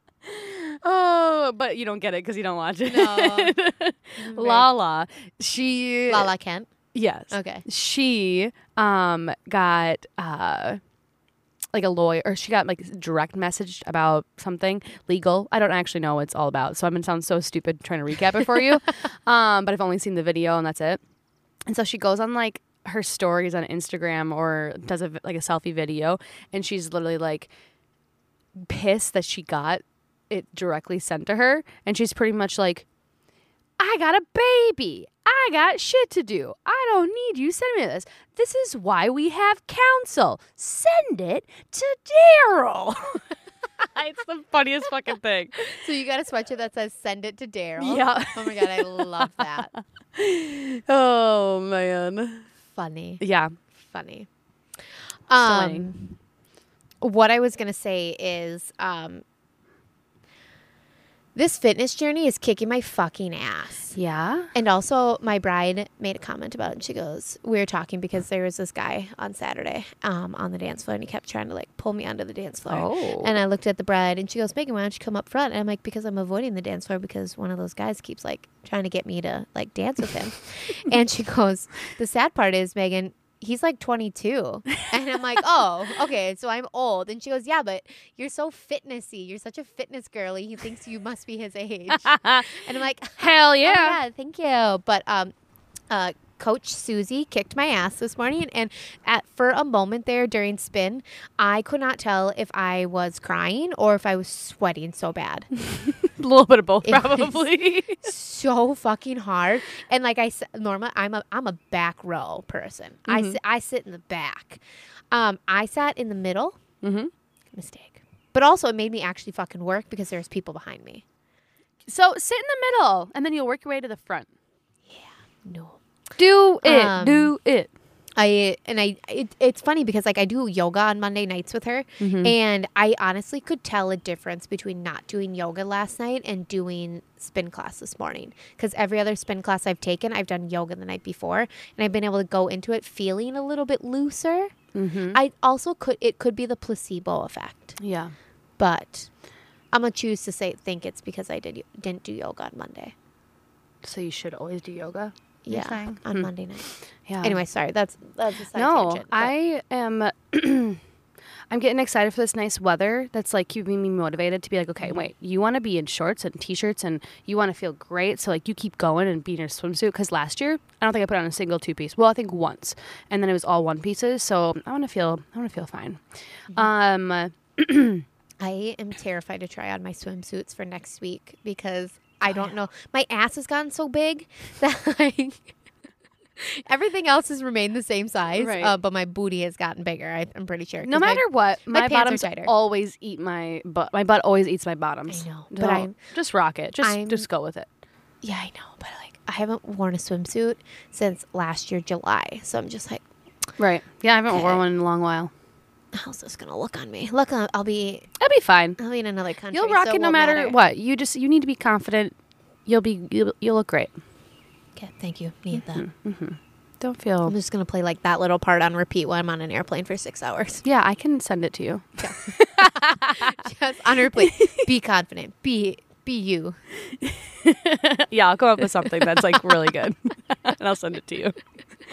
Speaker 2: oh, but you don't get it because you don't watch it.
Speaker 3: No.
Speaker 2: Lala, she
Speaker 3: Lala Kent.
Speaker 2: yes,
Speaker 3: Okay.
Speaker 2: she um got uh like a lawyer or she got like direct messaged about something legal i don't actually know what it's all about so i'm gonna sound so stupid trying to recap it for you um but i've only seen the video and that's it and so she goes on like her stories on instagram or does a, like a selfie video and she's literally like pissed that she got it directly sent to her and she's pretty much like I got a baby. I got shit to do. I don't need you sending me this. This is why we have counsel. Send it to Daryl. it's the funniest fucking thing.
Speaker 3: So you got a sweatshirt that says "Send it to Daryl."
Speaker 2: Yeah.
Speaker 3: Oh my god, I love that.
Speaker 2: Oh man.
Speaker 3: Funny,
Speaker 2: Yeah.
Speaker 3: funny.
Speaker 2: funny.
Speaker 3: Um, what I was gonna say is, um, this fitness journey is kicking my fucking ass.
Speaker 2: Yeah.
Speaker 3: And also, my bride made a comment about it. And she goes, "We were talking because there was this guy on Saturday um, on the dance floor, and he kept trying to like pull me onto the dance floor."
Speaker 2: Oh.
Speaker 3: And I looked at the bride, and she goes, "Megan, why don't you come up front?" And I'm like, "Because I'm avoiding the dance floor because one of those guys keeps like trying to get me to like dance with him." and she goes, "The sad part is, Megan." He's like 22. And I'm like, oh, okay, so I'm old. And she goes, yeah, but you're so fitnessy. You're such a fitness girly. He thinks you must be his age. and I'm like,
Speaker 2: Hell yeah.
Speaker 3: Oh, yeah, thank you. But um, uh, Coach Susie kicked my ass this morning, and at for a moment there during spin, I could not tell if I was crying or if I was sweating so bad,
Speaker 2: A little bit of both,
Speaker 3: It was-
Speaker 2: probably.
Speaker 3: so fucking hard. And like I said, Norma, I'm a I'm a back row person. I sit, I sit in the back. Um, I sat in the middle.
Speaker 2: mm-hmm.
Speaker 3: Mistake. But also, it made me actually fucking work because there's people behind me.
Speaker 2: So sit in the middle, and then you'll work your way to the front.
Speaker 3: No.
Speaker 2: Do it.
Speaker 3: Um,
Speaker 2: do it.
Speaker 3: I and I it, it's funny because like I do yoga on Monday nights with her
Speaker 2: Mm-hmm.
Speaker 3: and I honestly could tell a difference between not doing yoga last night and doing spin class this morning cuz every other spin class I've taken I've done yoga the night before and I've been able to go into it feeling a little bit looser.
Speaker 2: Mm-hmm.
Speaker 3: I also could it could be the placebo effect,
Speaker 2: Yeah.
Speaker 3: but I'm going to choose to say think it's because I did didn't do yoga on Monday.
Speaker 2: So you should always do yoga. you're
Speaker 3: yeah,
Speaker 2: saying?
Speaker 3: on
Speaker 2: Hmm.
Speaker 3: Monday night.
Speaker 2: Yeah.
Speaker 3: Anyway, sorry. That's that's a side
Speaker 2: no,
Speaker 3: tangent, but-
Speaker 2: I am. I'm getting excited for this nice weather. That's like keeping me motivated to be like,
Speaker 3: Mm-hmm.
Speaker 2: okay, wait, you want to be in shorts and t-shirts, and you want to feel great. So like, you keep going and be in your swimsuit. Because last year, I don't think I put on a single two-piece. Well, I think once, and then it was all one pieces. So I want to feel, I want to feel fine.
Speaker 3: Mm-hmm.
Speaker 2: Um,
Speaker 3: I am terrified to try on my swimsuits for next week because
Speaker 2: Oh,
Speaker 3: I don't know. My ass has gotten so big that like everything else has remained the same size,
Speaker 2: Right.
Speaker 3: uh, but my booty has gotten bigger. I, I'm pretty sure. 'cause
Speaker 2: no matter what,
Speaker 3: my
Speaker 2: my,
Speaker 3: pants are
Speaker 2: bottoms
Speaker 3: tighter.
Speaker 2: always eat my butt. My butt always eats my bottoms.
Speaker 3: I know, but
Speaker 2: but I
Speaker 3: I'm-
Speaker 2: just rock it. Just
Speaker 3: I'm-
Speaker 2: just go with it.
Speaker 3: My, yeah, I know, but like I haven't worn a swimsuit since last year July, so I'm just like,
Speaker 2: Right. Yeah, I haven't
Speaker 3: Okay.
Speaker 2: worn one in a long while.
Speaker 3: how's this gonna look on me? Look, uh, I'll be
Speaker 2: I'll be fine.
Speaker 3: I'll be in another country.
Speaker 2: You'll rock
Speaker 3: so
Speaker 2: it no
Speaker 3: won't
Speaker 2: matter, what. You just you need to be confident. You'll be you'll, you'll look great.
Speaker 3: Okay, thank you. Need that.
Speaker 2: Mm-hmm. Don't
Speaker 3: I'm
Speaker 2: feel.
Speaker 3: just gonna play like that little part on repeat when I'm on an airplane for six hours.
Speaker 2: Yeah, I can send it to you.
Speaker 3: Just on replay. be confident. Be be you.
Speaker 2: yeah, I'll come up with something that's like really good, and I'll send it to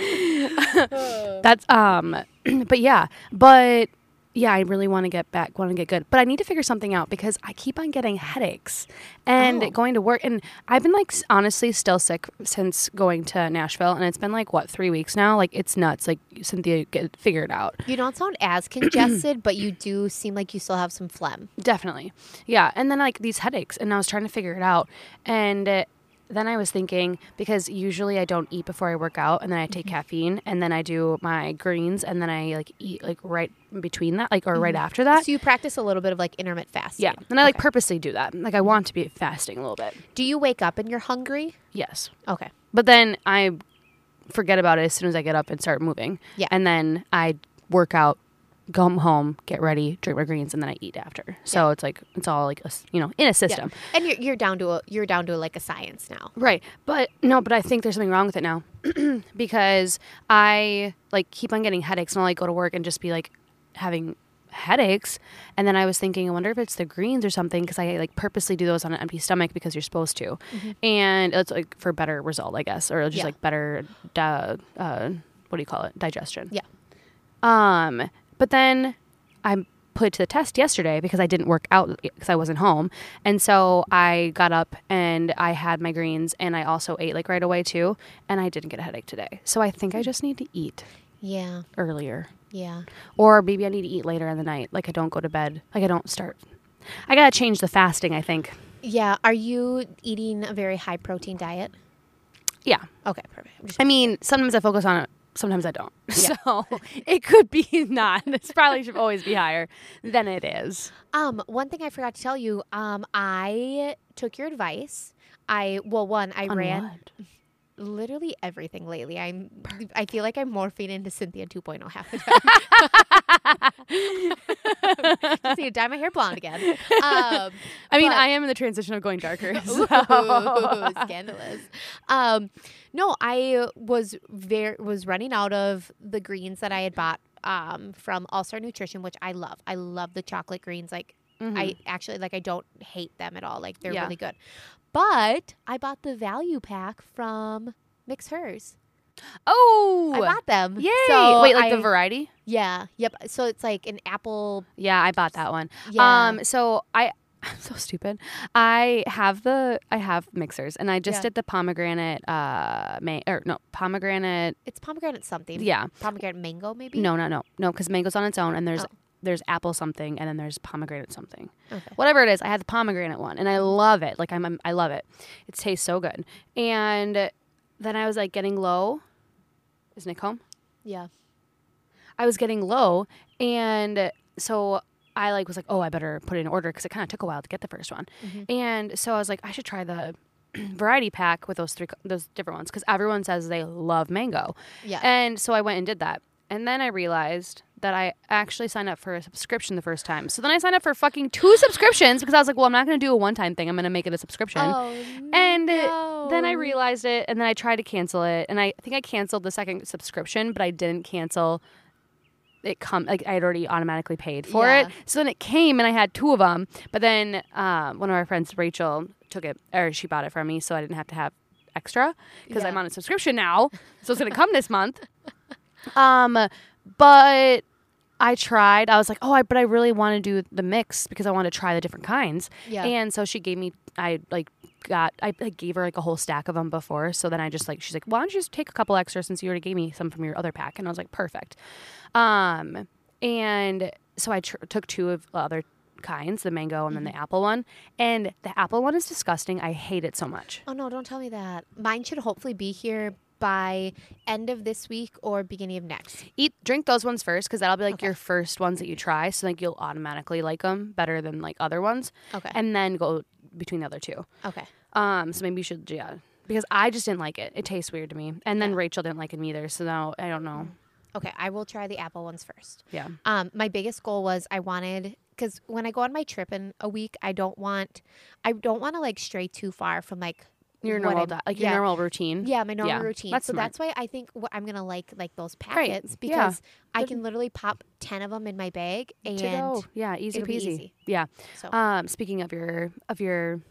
Speaker 2: you. that's um, but yeah, but yeah, I really want to get back, want to get good, but I need to figure something out because I keep on getting headaches and
Speaker 3: Oh.
Speaker 2: going to work, and I've been like s- honestly still sick since going to Nashville, and it's been like what three weeks now. Like it's nuts. Like Cynthia, get figure it out.
Speaker 3: You don't sound as congested, but you do seem like you still have some phlegm.
Speaker 2: Definitely. Yeah. And then like these headaches, and I was trying to figure it out. And uh, then I was thinking because usually I don't eat before I work out, and then I
Speaker 3: Mm-hmm.
Speaker 2: take caffeine, and then I do my greens, and then I like eat like right in between that, like or right after that.
Speaker 3: So Mm-hmm. you practice a little bit of like intermittent fasting.
Speaker 2: Uh, yeah. And I like
Speaker 3: Okay.
Speaker 2: purposely do that. Like I want to be fasting a little bit.
Speaker 3: do you wake up and you're hungry?
Speaker 2: Yes.
Speaker 3: Okay.
Speaker 2: But then I forget about it as soon as I get up and start moving.
Speaker 3: Yeah.
Speaker 2: And then I work out, come home, get ready, drink my greens, and then I eat after. So it's like it's all like a s you know in a
Speaker 3: Yeah.
Speaker 2: system.
Speaker 3: And you're, you're down to a, you're down to like a science now.
Speaker 2: Right. But no, but I think there's something wrong with it now because I like keep on getting headaches and I'll like go to work and just be like having headaches. And then I was thinking, I wonder if it's the greens or something because I like purposely do those on an empty stomach because you're supposed to. And it's like for better result, I guess, or just
Speaker 3: Yeah.
Speaker 2: like better, di- uh, what do you call it? Digestion.
Speaker 3: Yeah.
Speaker 2: Um, but then I put it to the test yesterday because I didn't work out because I wasn't home. And so I got up and I had my greens and I also ate like right away too. And I didn't get a headache today. So I think I just need to eat
Speaker 3: Yeah.
Speaker 2: earlier.
Speaker 3: Yeah.
Speaker 2: Or maybe I need to eat later in the night. Like I don't go to bed. Like I don't start. I got to change the fasting, I think.
Speaker 3: Yeah. Are you eating a very high protein diet?
Speaker 2: Yeah.
Speaker 3: Okay. Perfect. I'm just-
Speaker 2: I mean, sometimes I focus on it, sometimes I don't. So it could be not. This probably should always be higher than it is.
Speaker 3: Um, one thing I forgot to tell you. Um, I took your advice. I well, one, I
Speaker 2: On
Speaker 3: ran
Speaker 2: what?
Speaker 3: literally everything lately. I'm I feel like I'm morphing into Cynthia 2.0 half the time. Just need to dye my hair blonde again. Um,
Speaker 2: I mean,
Speaker 3: But-
Speaker 2: I am in the transition of going darker. so-
Speaker 3: ooh, scandalous. Um, no, I was very was running out of the greens that I had bought um, from All Star Nutrition, which I love. I love the chocolate greens. Like I actually like I don't hate them at all. Like they're
Speaker 2: Yeah.
Speaker 3: really good. But I bought the value pack from Mix Hers.
Speaker 2: oh,
Speaker 3: I bought them.
Speaker 2: yay!
Speaker 3: So
Speaker 2: Wait, like
Speaker 3: I-
Speaker 2: the variety?
Speaker 3: Yeah. Yep. So it's like an apple.
Speaker 2: Yeah, I bought that one.
Speaker 3: Yeah.
Speaker 2: Um, so I. I'm so stupid. I have the I have mixers, and I just
Speaker 3: Yeah.
Speaker 2: did the pomegranate, uh, ma- or no pomegranate.
Speaker 3: It's pomegranate something.
Speaker 2: Yeah,
Speaker 3: Pomegranate mango maybe.
Speaker 2: no, no, no, no, because mango's on its own, and there's
Speaker 3: Oh.
Speaker 2: there's apple something, and then there's pomegranate something.
Speaker 3: Okay.
Speaker 2: whatever it is. I had the pomegranate one, and I love it. Like I'm, I'm I love it. It tastes so good. And then I was like getting low. Is Nick home?
Speaker 3: Yeah.
Speaker 2: I was getting low, and so I like was like, oh, I better put it in order because it kind of took a while to get the first one.
Speaker 3: Mm-hmm.
Speaker 2: And so I was like, I should try the variety pack with those three, those different ones because everyone says they love mango.
Speaker 3: Yeah.
Speaker 2: And so I went and did that. And then I realized that I actually signed up for a subscription the first time. So then I signed up for fucking two subscriptions because I was like, well, I'm not going to do a one time thing. I'm going to make it a subscription. and uh, then I
Speaker 3: Oh, no.
Speaker 2: realized it. And then I tried to cancel it. And I think I canceled the second subscription, but I didn't cancel it come like I had already automatically paid for it.
Speaker 3: Yeah.
Speaker 2: So then it came and I had two of uh, them. But then um, one of our friends, Rachel, took it or she bought it from me, so I didn't have to have extra because
Speaker 3: Yeah.
Speaker 2: I'm on a subscription now, so it's gonna come this month. Um, but I tried. I was like, oh, I but I really want to do the mix because I want to try the different kinds.
Speaker 3: Yeah.
Speaker 2: And so she gave me. I like got. I like, gave her like a whole stack of them before. So then I just like she's like, why don't you just take a couple extra since you already gave me some from your other pack? And I was like, perfect. Um, and so I tr- took two of the other kinds, the mango and then the apple one. And the apple one is disgusting. I hate it so much.
Speaker 3: Oh no, don't tell me that. Mine should hopefully be here by end of this week or beginning of next.
Speaker 2: eat drink those ones first because that'll be like your first ones that you try so like you'll automatically like them better than like other ones
Speaker 3: Okay.
Speaker 2: and then go between the other two
Speaker 3: Okay.
Speaker 2: um so maybe you should yeah because i just didn't like it it tastes weird to me and then rachel didn't like it either so now i don't
Speaker 3: Mm.
Speaker 2: know
Speaker 3: Okay, I will try the apple ones first.
Speaker 2: yeah
Speaker 3: Um, my biggest goal was I wanted because when I go on my trip in a week, I don't want, I don't want to like stray too far from like
Speaker 2: your
Speaker 3: what
Speaker 2: normal
Speaker 3: I'm-
Speaker 2: di- like your
Speaker 3: yeah.
Speaker 2: normal routine
Speaker 3: Yeah, my normal
Speaker 2: Yeah,
Speaker 3: routine.
Speaker 2: that's
Speaker 3: so
Speaker 2: smart.
Speaker 3: that's why I think what I'm gonna like like those
Speaker 2: Great,
Speaker 3: packets
Speaker 2: yeah.
Speaker 3: because I can literally pop ten of them in my bag and
Speaker 2: to go Uh, yeah easy
Speaker 3: it'll be
Speaker 2: peasy
Speaker 3: easy.
Speaker 2: yeah
Speaker 3: So-
Speaker 2: um speaking of your of your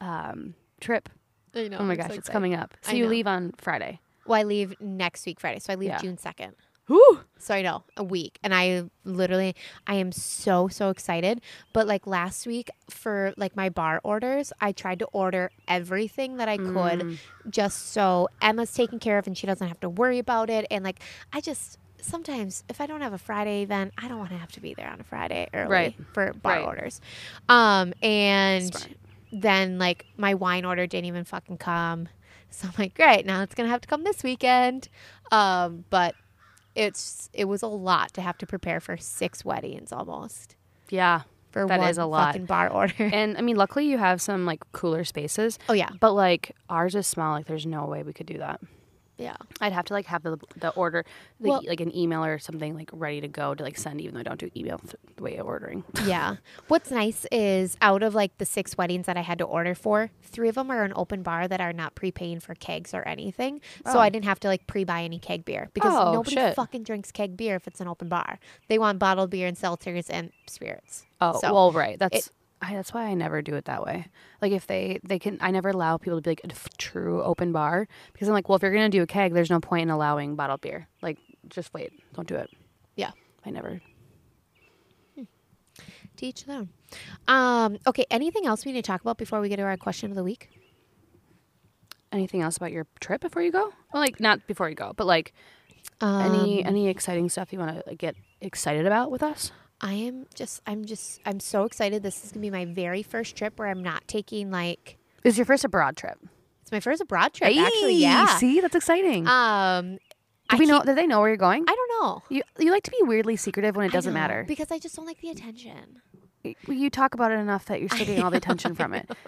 Speaker 2: um trip
Speaker 3: I know,
Speaker 2: oh my gosh it's coming up so
Speaker 3: I
Speaker 2: you
Speaker 3: know.
Speaker 2: leave on friday
Speaker 3: Well, I leave next week Friday, so I leave
Speaker 2: Yeah.
Speaker 3: June second.
Speaker 2: Whew.
Speaker 3: So I know a week, and I literally I am so so excited. But like last week for like my bar orders, I tried to order everything that I
Speaker 2: Mm.
Speaker 3: could, just so Emma's taken care of and she doesn't have to worry about it. And like I just sometimes if I don't have a Friday event, I don't want to have to be there on a Friday early
Speaker 2: Right.
Speaker 3: for bar
Speaker 2: Right.
Speaker 3: orders. Um and
Speaker 2: Smart.
Speaker 3: then like my wine order didn't even fucking come. So I'm like, great, now it's gonna have to come this weekend. Um, but it's it was a lot to have to prepare for six weddings almost
Speaker 2: yeah
Speaker 3: for
Speaker 2: That
Speaker 3: one
Speaker 2: is a lot.
Speaker 3: fucking bar order.
Speaker 2: And I mean, luckily you have some like cooler spaces.
Speaker 3: Oh, yeah.
Speaker 2: But like ours is small. Like there's no way we could do that.
Speaker 3: yeah,
Speaker 2: I'd have to like have the the order, the,
Speaker 3: Well-
Speaker 2: like an email or something like ready to go to like send. Even though I don't do email th- the way of ordering.
Speaker 3: yeah. What's nice is out of like the six weddings that I had to order for, three of them are an open bar that are not prepaying for kegs or anything. So I didn't have to like pre-buy any keg beer because
Speaker 2: Oh,
Speaker 3: nobody
Speaker 2: shit.
Speaker 3: fucking drinks keg beer if it's an open bar. They want bottled beer and seltzers and spirits.
Speaker 2: Oh
Speaker 3: So-
Speaker 2: well, right. That's I, that's why I never do it that way. Like if they they can, I never allow people to be like a f- true open bar because I'm like, well, if you're gonna do a keg, there's no point in allowing bottled beer. Like just wait, don't do it.
Speaker 3: yeah.
Speaker 2: I never.
Speaker 3: To each their own. Um, okay, anything else we need to talk about before we get to our question of the week?
Speaker 2: Anything else about your trip before you go? Well, like not before you go, but like any any exciting stuff you want to like, get excited about with us?
Speaker 3: I am just, I'm just, I'm so excited. This is gonna be my very first trip where I'm not taking like,
Speaker 2: It's your first abroad trip.
Speaker 3: it's my first abroad trip actually. Yeah.
Speaker 2: See, that's exciting.
Speaker 3: Um, I
Speaker 2: do we know?
Speaker 3: keep-
Speaker 2: Do they know where you're going?
Speaker 3: I don't know.
Speaker 2: you you like to be weirdly secretive when it
Speaker 3: I
Speaker 2: doesn't
Speaker 3: know,
Speaker 2: matter.
Speaker 3: because I just don't like the attention.
Speaker 2: Y- you talk about it enough that you're still getting all the attention from it.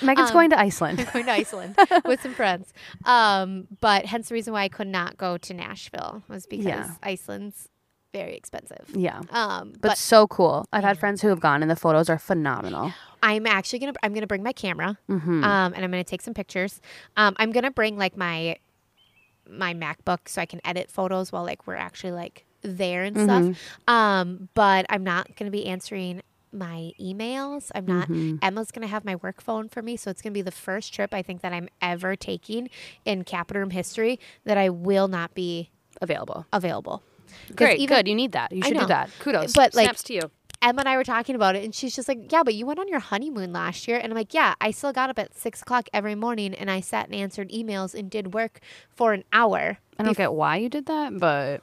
Speaker 2: Um, Megan's going to Iceland.
Speaker 3: going to Iceland with some friends. Um, but hence the reason why I could not go to Nashville was because
Speaker 2: Yeah.
Speaker 3: Iceland's very expensive.
Speaker 2: Yeah.
Speaker 3: Um,
Speaker 2: Uh, But, so cool. I've had friends who have gone, and the photos are phenomenal.
Speaker 3: I'm actually gonna I'm gonna bring my camera,
Speaker 2: Mm-hmm.
Speaker 3: um, and I'm gonna take some pictures. Um, I'm gonna bring like my my MacBook so I can edit photos while like we're actually like there and stuff.
Speaker 2: Mm-hmm.
Speaker 3: Um, but I'm not gonna be answering my emails. I'm not.
Speaker 2: Mm-hmm.
Speaker 3: Emma's gonna have my work phone for me, so it's gonna be the first trip I think that I'm ever taking in Capital Room history that I will not be
Speaker 2: Available.
Speaker 3: available. 'Cause
Speaker 2: Great.
Speaker 3: even-
Speaker 2: good. You need that. You
Speaker 3: I
Speaker 2: should do
Speaker 3: know.
Speaker 2: that. Kudos.
Speaker 3: But, like-
Speaker 2: snaps to you.
Speaker 3: Emma and I were talking about it, and she's just like, "Yeah, but you went on your honeymoon last year." And I'm like, "Yeah, I still got up at six o'clock every morning, and I sat and answered emails and did work for an hour.
Speaker 2: I don't get why you did that, but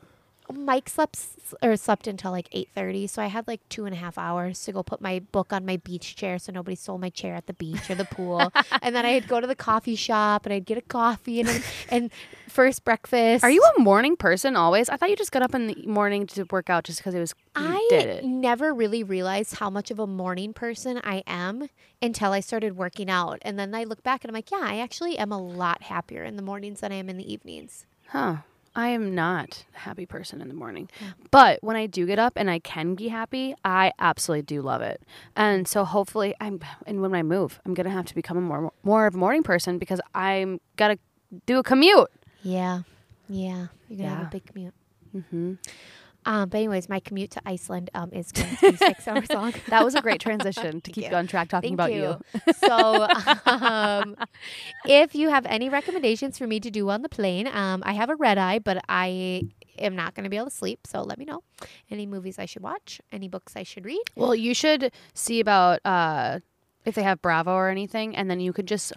Speaker 3: Mike slept s- or slept until like eight thirty, so I had like two and a half hours to go put my book on my beach chair, so nobody stole my chair at the beach or the pool. and then I'd go to the coffee shop and I'd get a coffee and and first breakfast.
Speaker 2: are you a morning person always? I thought you just got up in the morning to work out just because it was. You
Speaker 3: I
Speaker 2: did it.
Speaker 3: never really realized how much of a morning person I am until I started working out. And then I look back and I'm like, yeah, I actually am a lot happier in the mornings than I am in the evenings.
Speaker 2: Huh. I am not a happy person in the morning. But when I do get up and I can be happy, I absolutely do love it. And so hopefully I'm and when I move, I'm going to have to become a more more of a morning person because I'm got to do a commute.
Speaker 3: Yeah. Yeah. You're going to have
Speaker 2: Yeah. Mm-hmm.
Speaker 3: a big commute. Um, but anyways, my commute to Iceland um, is going to be six hours long.
Speaker 2: That was a great transition to keep
Speaker 3: you.
Speaker 2: you on track talking about you.
Speaker 3: so, um, if you have any recommendations for me to do on the plane, um, I have a red eye, but I am not going to be able to sleep. So let me know any movies I should watch, any books I should read.
Speaker 2: Well, you should see about uh, if they have Bravo or anything, and then you could just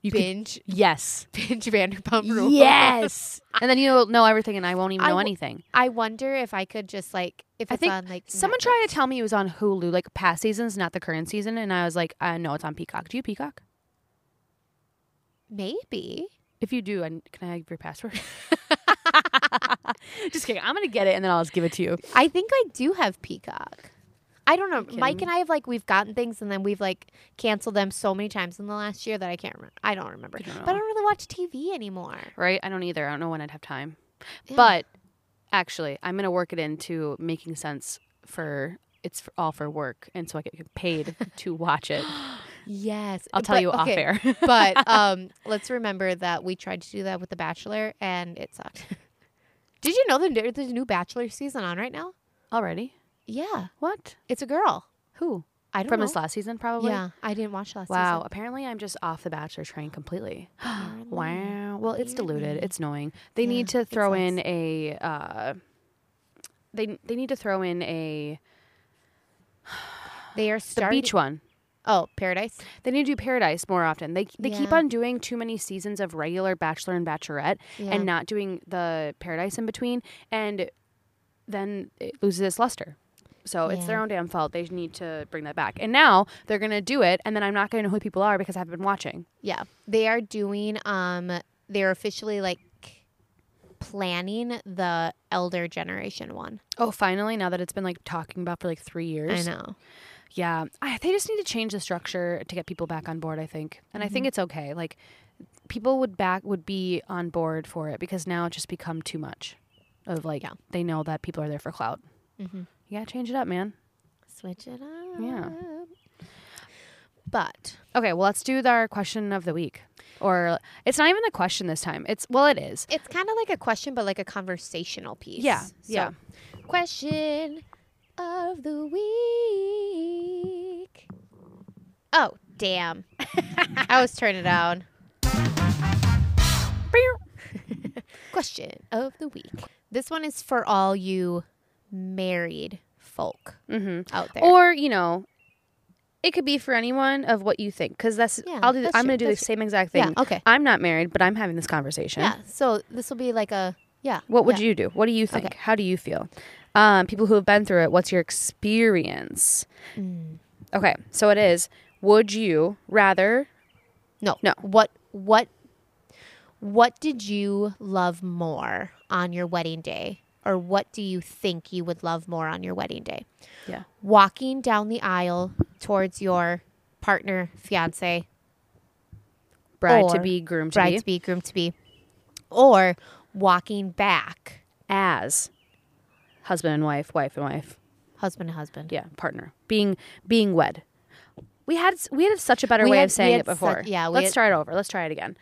Speaker 2: you could
Speaker 3: binge,
Speaker 2: yes,
Speaker 3: binge Vanderpump Rules.
Speaker 2: yes, and then you'll know everything, and I won't even
Speaker 3: I
Speaker 2: know
Speaker 3: w-
Speaker 2: anything.
Speaker 3: I wonder if I could just like if
Speaker 2: I
Speaker 3: it's
Speaker 2: think
Speaker 3: on like
Speaker 2: Someone
Speaker 3: Netflix.
Speaker 2: tried to tell me it was on Hulu, like past seasons, not the current season, and I was like, uh, no, it's on Peacock. Do you Peacock?
Speaker 3: maybe.
Speaker 2: If you do, and can I have your password? just kidding. I'm gonna get it, and then I'll just give it to you.
Speaker 3: I think I do have Peacock. I don't know. Mike
Speaker 2: kidding.
Speaker 3: and I have like we've gotten things and then we've like canceled them so many times in the last year that I can't remember. I don't remember.
Speaker 2: I don't
Speaker 3: But I
Speaker 2: know.
Speaker 3: don't really watch TV anymore.
Speaker 2: Right? I don't either. I don't know when I'd have time.
Speaker 3: Yeah.
Speaker 2: But actually, I'm going to work it into making sense for it's for, all for work. And so I get paid to watch it.
Speaker 3: yes,
Speaker 2: I'll tell
Speaker 3: Uh, but-
Speaker 2: you
Speaker 3: okay,
Speaker 2: off air.
Speaker 3: but um, let's remember that we tried to do that with The Bachelor and it sucked. Did you know that there's a new Bachelor season on right now?
Speaker 2: Already?
Speaker 3: Yeah,
Speaker 2: What?
Speaker 3: it's a girl.
Speaker 2: Who?
Speaker 3: I don't
Speaker 2: From
Speaker 3: know.
Speaker 2: this last season, probably?
Speaker 3: Yeah, I didn't watch last
Speaker 2: Wow.
Speaker 3: season.
Speaker 2: Apparently, I'm just off the Bachelor train completely.
Speaker 3: Apparently.
Speaker 2: wow. Well, it's diluted.
Speaker 3: Apparently.
Speaker 2: It's annoying. They
Speaker 3: Yeah,
Speaker 2: need to
Speaker 3: it
Speaker 2: throw
Speaker 3: sucks.
Speaker 2: in a. Uh, they they need to throw in a
Speaker 3: They are
Speaker 2: the
Speaker 3: starting.
Speaker 2: beach one.
Speaker 3: Oh, Paradise.
Speaker 2: They need to do Paradise more often. They they keep
Speaker 3: Yeah.
Speaker 2: on doing too many seasons of regular Bachelor and Bachelorette
Speaker 3: Yeah.
Speaker 2: and not doing the Paradise in between, and then it loses its luster. So it's their
Speaker 3: Yeah.
Speaker 2: own damn fault. They need to bring that back. And now they're gonna do it, and then I'm not gonna know who people are because I haven't been watching.
Speaker 3: Yeah. They are doing um they're officially like planning the elder generation one.
Speaker 2: Oh, finally! Now that it's been like talking about for like three years,
Speaker 3: I know.
Speaker 2: yeah, I, they just need to change the structure to get people back on board. I think, and I think
Speaker 3: Mm-hmm.
Speaker 2: it's okay. Like people would back would be on board for it because now it's just become too much. Of like
Speaker 3: Yeah.
Speaker 2: they know that people are there for clout.
Speaker 3: Mhm.
Speaker 2: You gotta change it up, man.
Speaker 3: Switch it up.
Speaker 2: Yeah.
Speaker 3: But
Speaker 2: Okay, well, let's do our question of the week. Or it's not even a question this time. It's well, it is.
Speaker 3: it's kind of like a question but like a conversational piece.
Speaker 2: Yeah,
Speaker 3: So,
Speaker 2: yeah.
Speaker 3: Question of the week. Oh, damn. I was turning down. Question of the week. This one is for all you married folk
Speaker 2: Mm-hmm.
Speaker 3: out there.
Speaker 2: Or you know, it could be for anyone of what you think. Because that's
Speaker 3: Yeah,
Speaker 2: I'll do.
Speaker 3: that's
Speaker 2: I'm
Speaker 3: true,
Speaker 2: going to do the
Speaker 3: that's true.
Speaker 2: same exact
Speaker 3: Yeah,
Speaker 2: thing.
Speaker 3: okay.
Speaker 2: I'm not married, but I'm having this conversation.
Speaker 3: yeah. So this will be like a yeah.
Speaker 2: What would
Speaker 3: yeah.
Speaker 2: you do? What do you think?
Speaker 3: Okay.
Speaker 2: How do you feel? Um, people who have been through it. What's your experience?
Speaker 3: Mm.
Speaker 2: Okay, so it is. Would you rather?
Speaker 3: No.
Speaker 2: No.
Speaker 3: What what what did you love more on your wedding day? Or what do you think you would love more on your wedding day?
Speaker 2: Yeah.
Speaker 3: Walking down the aisle towards your partner, fiance,
Speaker 2: Bride to
Speaker 3: Or
Speaker 2: be, groom to
Speaker 3: bride
Speaker 2: be,
Speaker 3: to be, groom to be, or walking back,
Speaker 2: as husband and wife, wife and wife.
Speaker 3: husband to husband.
Speaker 2: yeah partner being being wed we had s- we had such a better
Speaker 3: We
Speaker 2: way
Speaker 3: had-
Speaker 2: of
Speaker 3: we
Speaker 2: saying
Speaker 3: had
Speaker 2: it before
Speaker 3: such- yeah, we
Speaker 2: let's
Speaker 3: had-
Speaker 2: try it over let's try it again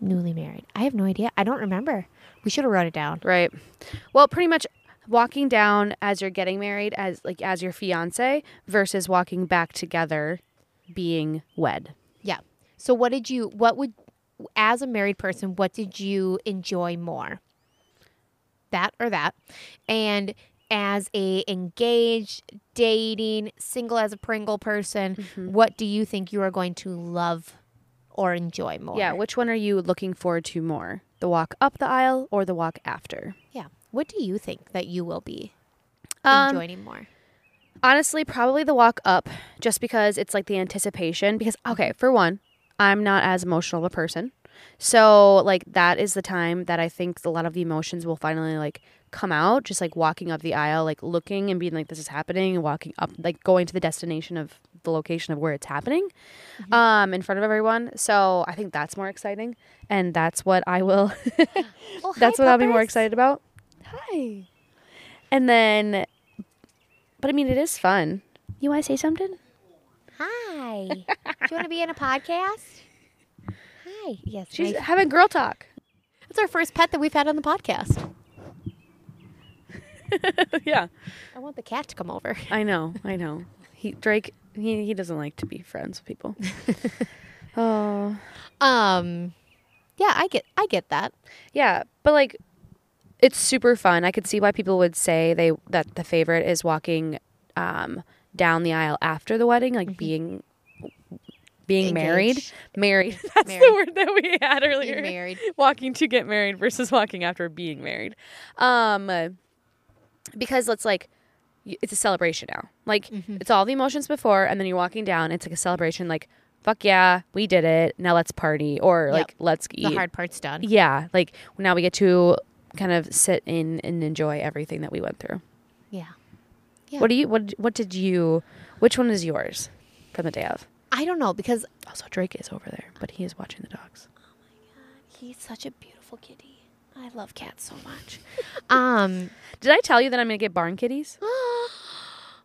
Speaker 3: Newly married. I have no idea. I don't remember. We should have wrote it down.
Speaker 2: right well pretty much walking down as you're getting married as like as your fiance versus walking back together being wed
Speaker 3: Yeah. So what did you what would as a married person, what did you enjoy more? That or that? And as a engaged, dating, single as a Pringle person, what do you think you are going to love or enjoy more?
Speaker 2: yeah which one are you looking forward to more the walk up the aisle or the walk after
Speaker 3: Yeah. What do you think that you will be
Speaker 2: Um,
Speaker 3: enjoying more?
Speaker 2: Honestly, probably the walk up just because it's like the anticipation. Because, okay, for one, I'm not as emotional of a person. So, like, that is the time that I think a lot of the emotions will finally like come out. Just like walking up the aisle, like looking and being like, this is happening, and walking up, like going to the destination of the location of where it's happening um, in front of everyone. So, I think that's more exciting. And that's what I will,
Speaker 3: Well,
Speaker 2: that's
Speaker 3: hi,
Speaker 2: what I'll be more
Speaker 3: Peppers.
Speaker 2: excited about. Oh, Hi. And then, but I mean, it is fun. You want to say something?
Speaker 3: Hi. do you want to be in a podcast? Hi. Yes.
Speaker 2: She's
Speaker 3: my-
Speaker 2: having girl talk.
Speaker 3: That's our first pet that we've had on the podcast.
Speaker 4: yeah.
Speaker 3: I want the cat to come over.
Speaker 4: I know, I know. He Drake he, he doesn't like to be friends with people. Oh.
Speaker 3: Um, yeah, I get I get that.
Speaker 2: Yeah, but like it's super fun. I could see why people would say they that the favorite is walking um down the aisle after the wedding, like being being married.
Speaker 3: Engaged.
Speaker 2: Married. That's
Speaker 3: Married.
Speaker 2: the word that we had earlier.
Speaker 3: Being married.
Speaker 2: Walking to get married versus walking after being married. Um uh, because let's like y- it's a celebration now. Like
Speaker 3: Mm-hmm.
Speaker 2: it's all the emotions before and then you're walking down, it's like a celebration like fuck yeah, we did it. Now let's party or
Speaker 3: Yep.
Speaker 2: like let's eat.
Speaker 3: The hard part's done.
Speaker 2: Yeah, like now we get to kind of sit in and enjoy everything that we went through.
Speaker 3: Yeah. Yeah.
Speaker 2: What do you what what did you which one is yours from the day of?
Speaker 3: I don't know because
Speaker 2: Also Drake is over there, but he is watching the dogs.
Speaker 3: he's such a beautiful kitty. I love cats so much. um,
Speaker 2: Did I tell you that I'm going to get barn kitties?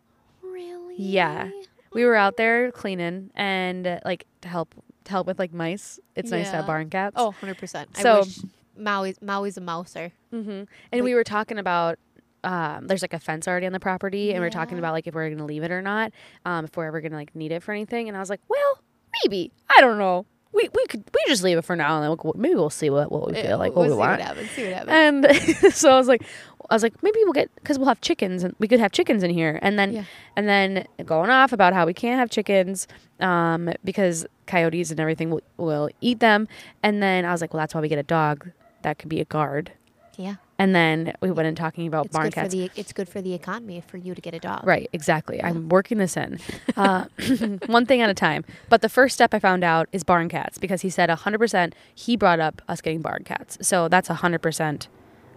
Speaker 3: really?
Speaker 2: Yeah. We were out there cleaning and uh, like to help to help with like mice. It's nice to have
Speaker 3: Yeah.
Speaker 2: barn cats.
Speaker 3: Oh, 100%. I
Speaker 2: So-
Speaker 3: wish Maui's, Maui's a mouser.
Speaker 2: Mm-hmm. And we were talking about um, there's like a fence already on the property, and we are
Speaker 3: Yeah.
Speaker 2: talking about like if we're gonna leave it or not, um, if we're ever gonna like need it for anything. And I was like, well, maybe I don't know. We we could we just leave it for now, and then we'll, maybe we'll see what what we feel like, what
Speaker 3: Eh, we'll
Speaker 2: we
Speaker 3: see what
Speaker 2: want.
Speaker 3: Uh, happens. See what happens.
Speaker 2: And so I was like, I was like, maybe we'll get because we'll have chickens, and we could have chickens in here. And then
Speaker 3: Yeah.
Speaker 2: and then going off about how we can't have chickens um, because coyotes and everything will, will eat them. And then I was like, well, that's why we get a dog that could be a guard.
Speaker 3: yeah.
Speaker 2: And then we went in talking about
Speaker 3: It's
Speaker 2: barn
Speaker 3: good, for
Speaker 2: cats.
Speaker 3: the, it's good for the economy for you to get a dog.
Speaker 2: right, exactly. I'm working this in. Uh, one thing at a time. But the first step I found out is barn cats because he said 100% he brought up us getting barn cats. So that's 100%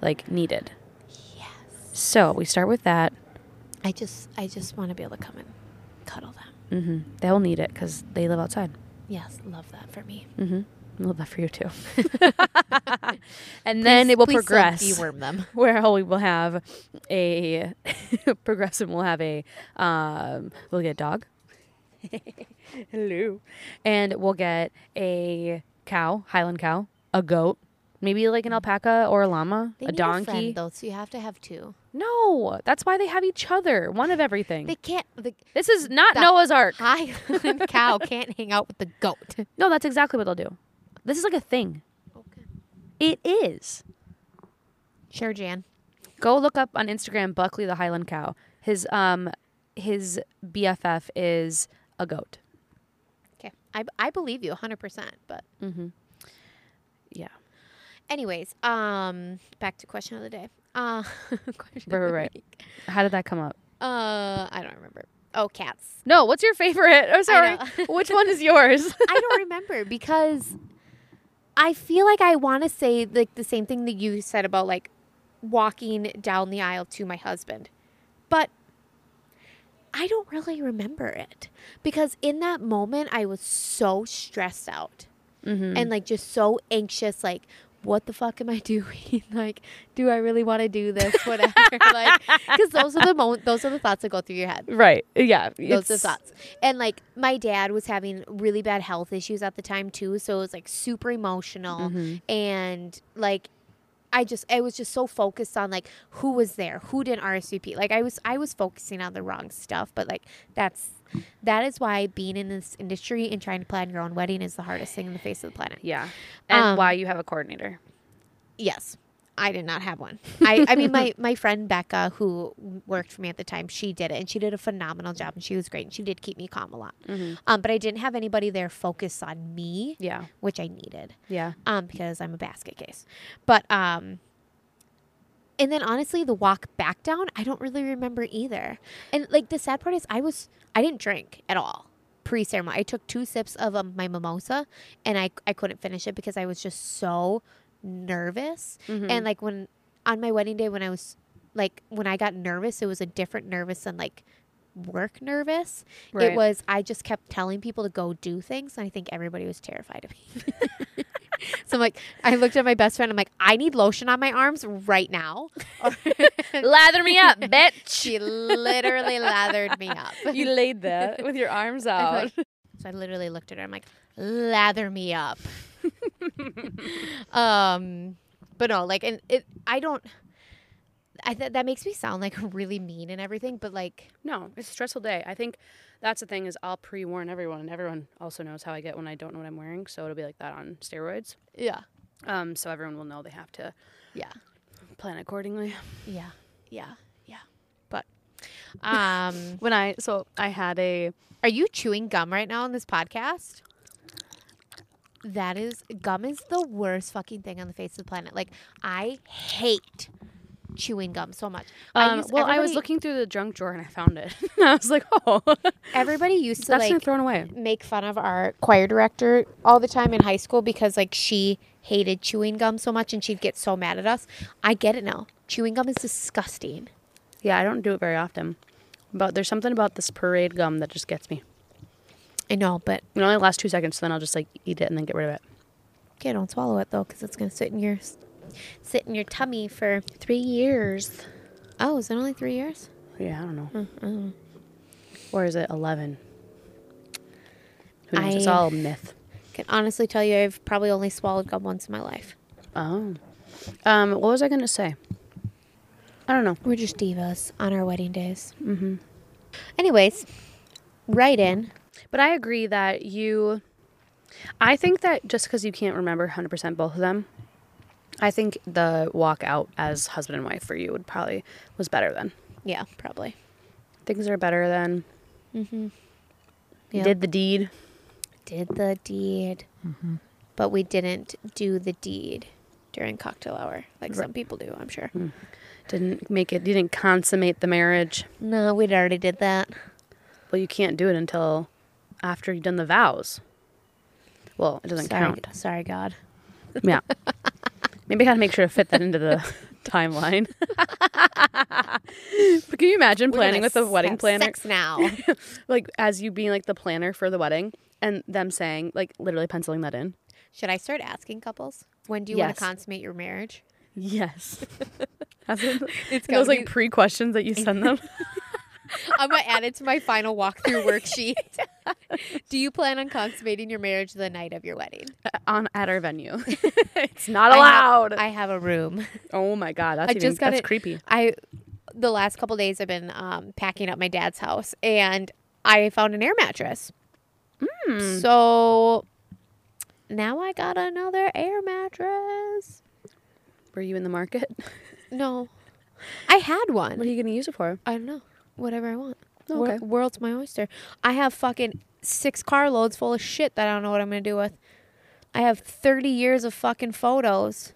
Speaker 2: like needed. Yes. So we start with that.
Speaker 3: I just I just want to be able to come and cuddle them.
Speaker 2: hmm They'll need it because they live outside.
Speaker 3: Yes, love that for me.
Speaker 2: Mm-hmm. I love that for you too. and then it will
Speaker 3: Please don't
Speaker 2: progress.
Speaker 3: Deworm them.
Speaker 2: where we will have a progressive will have a um, we'll get a dog hello and we'll get a cow highland cow a goat maybe like an alpaca or a llama
Speaker 3: Mm. They
Speaker 2: a
Speaker 3: need
Speaker 2: donkey
Speaker 3: friend, though, so you have to have two.
Speaker 2: no that's why they have each other one of everything
Speaker 3: They can't. The
Speaker 2: this is not
Speaker 3: The-
Speaker 2: noah's ark
Speaker 3: highland cow can't hang out with the goat.
Speaker 2: no that's exactly what they'll do this is like a thing
Speaker 3: Okay.
Speaker 2: it is
Speaker 3: Sure, Jan.
Speaker 2: go look up on instagram buckley the highland cow his um his bff is a goat
Speaker 3: Okay, I, I believe you 100. percent But
Speaker 2: Mm-hmm. Yeah.
Speaker 3: anyways, um, back to question of the day. Uh, question of
Speaker 2: Right,
Speaker 3: the
Speaker 2: right, right.
Speaker 3: week.
Speaker 2: How did that come up?
Speaker 3: Uh, I don't remember. Oh, cats.
Speaker 2: No, what's your favorite? I'm sorry.
Speaker 3: know.
Speaker 2: Which one is yours?
Speaker 3: I don't remember because I feel like I want to say like the same thing that you said about like walking down the aisle to my husband. But I don't really remember it because in that moment I was so stressed out
Speaker 2: mm-hmm.
Speaker 3: and like just so anxious like what the fuck am I doing? like, do I really want to do this? Whatever. like, because those are the moment, those are the thoughts that go through your head
Speaker 2: Right. Yeah.
Speaker 3: those are the thoughts. And like my dad was having really bad health issues at the time too, so it was like super emotional and like I just I was just so focused on like who was there, who didn't RSVP. Like I was I was focusing on the wrong stuff, but like that's that is why being in this industry and trying to plan your own wedding is the hardest thing on the face of the planet.
Speaker 2: Yeah. And
Speaker 3: Um,
Speaker 2: why you have a coordinator.
Speaker 3: Yes. I did not have one. I, I mean, my, my friend Becca, who worked for me at the time, she did it and she did a phenomenal job and she was great and she did keep me calm a lot. Um, but I didn't have anybody there focused on me,
Speaker 2: Yeah.
Speaker 3: which I needed
Speaker 2: Yeah.
Speaker 3: um, because I'm a basket case. But, um, and then honestly, the walk back down, I don't really remember either. And like the sad part is, I was, I didn't drink at all pre ceremony. I took two sips of um, my mimosa and I, I couldn't finish it because I was just so nervous.
Speaker 2: Mm-hmm.
Speaker 3: And like when, on my wedding day, when I was, like when I got nervous, it was a different nervous than like work nervous.
Speaker 2: Right.
Speaker 3: It was, I just kept telling people to go do things. And I think everybody was terrified of me. So I'm like, I looked at my best friend. I'm like, I need lotion on my arms right now.
Speaker 2: Lather me up, bitch.
Speaker 3: She literally lathered me up.
Speaker 2: you laid that with your arms
Speaker 3: I'm
Speaker 2: out.
Speaker 3: like- so I literally looked at her. I'm like, lather me up. um, but no, like, and it, I don't. I th- that makes me sound like really mean and everything, but like
Speaker 2: No, it's a stressful day. I think that's the thing is I'll pre warn everyone, and everyone also knows how I get when I don't know what I'm wearing. So it'll be like that on steroids.
Speaker 3: yeah,
Speaker 2: Um, so everyone will know they have to
Speaker 3: yeah,
Speaker 2: plan accordingly.
Speaker 3: yeah, yeah, yeah. But um,
Speaker 2: When I so I had a
Speaker 3: are you chewing gum right now on this podcast? That is gum is the worst fucking thing on the face of the planet. Like I hate chewing gum so much.
Speaker 2: um,
Speaker 3: used-
Speaker 2: well, I was
Speaker 3: everybody-
Speaker 2: looking through the junk drawer and I found it. I was like, oh,
Speaker 3: Everybody used to
Speaker 2: that's
Speaker 3: like
Speaker 2: not thrown away.
Speaker 3: make fun of our choir director all the time in high school because like she hated chewing gum so much and she'd get so mad at us. I get it now. Chewing gum is disgusting.
Speaker 2: Yeah, I don't do it very often, but there's something about this parade gum that just gets me.
Speaker 3: I know, but
Speaker 2: It only lasts two seconds, so then I'll just like eat it and then get rid of it.
Speaker 3: okay, don't swallow it though cuz it's going to sit in your sit in your tummy for
Speaker 2: Three years.
Speaker 3: oh, is it only 3 years?
Speaker 2: Yeah, I don't know. Or is it eleven? Who knows? it's
Speaker 3: I-
Speaker 2: all a myth.
Speaker 3: Can honestly tell you I've probably only swallowed gum once in my life.
Speaker 2: Oh. Um, what was I gonna say? I don't know.
Speaker 3: We're just divas on our wedding days. Mhm. Anyways, right in.
Speaker 2: But I agree that you. I think that just because you can't remember 100% both of them, I think the walk out as husband and wife for you would probably was better then.
Speaker 3: Yeah, probably.
Speaker 2: Things are better then. You
Speaker 3: Yeah.
Speaker 2: Did the deed.
Speaker 3: did the deed, but we didn't do the deed during cocktail hour, like some people do, I'm sure.
Speaker 2: Didn't make it. You didn't consummate the marriage.
Speaker 3: No, we'd already did that.
Speaker 2: Well, you can't do it until after you've done the vows. Well, it doesn't
Speaker 3: sorry,
Speaker 2: count.
Speaker 3: sorry, God.
Speaker 2: Yeah. Maybe I gotta make sure to fit that into the timeline. but can you imagine
Speaker 3: We're
Speaker 2: planning
Speaker 3: gonna
Speaker 2: with a
Speaker 3: s-
Speaker 2: wedding
Speaker 3: have
Speaker 2: planner?
Speaker 3: Sex now.
Speaker 2: like as you being like the planner for the wedding and them saying like literally penciling that in
Speaker 3: Should I start asking couples when do you want
Speaker 2: Yes.
Speaker 3: to consummate your marriage?
Speaker 2: yes
Speaker 3: gotta
Speaker 2: it's those like
Speaker 3: be-
Speaker 2: pre questions that you send them
Speaker 3: I'm gonna add it to my final walkthrough worksheet. do you plan on consummating your marriage the night of your wedding?
Speaker 2: on at our venue it's not
Speaker 3: I have-
Speaker 2: allowed
Speaker 3: I have a room.
Speaker 2: oh my god that's
Speaker 3: I
Speaker 2: even,
Speaker 3: just got
Speaker 2: that's
Speaker 3: it-
Speaker 2: creepy
Speaker 3: I the last couple days I've been um, packing up my dad's house and I found an air mattress.
Speaker 2: Hmm.
Speaker 3: So now I got another air mattress.
Speaker 2: were you in the market
Speaker 3: No. I had
Speaker 2: what are
Speaker 3: one.
Speaker 2: you gonna use it for
Speaker 3: I don't know. Whatever I want.
Speaker 2: Oh, okay.
Speaker 3: Wor- world's my oyster. I have fucking six carloads full of shit that I don't know what I'm going to do with. I have 30 years of fucking photos.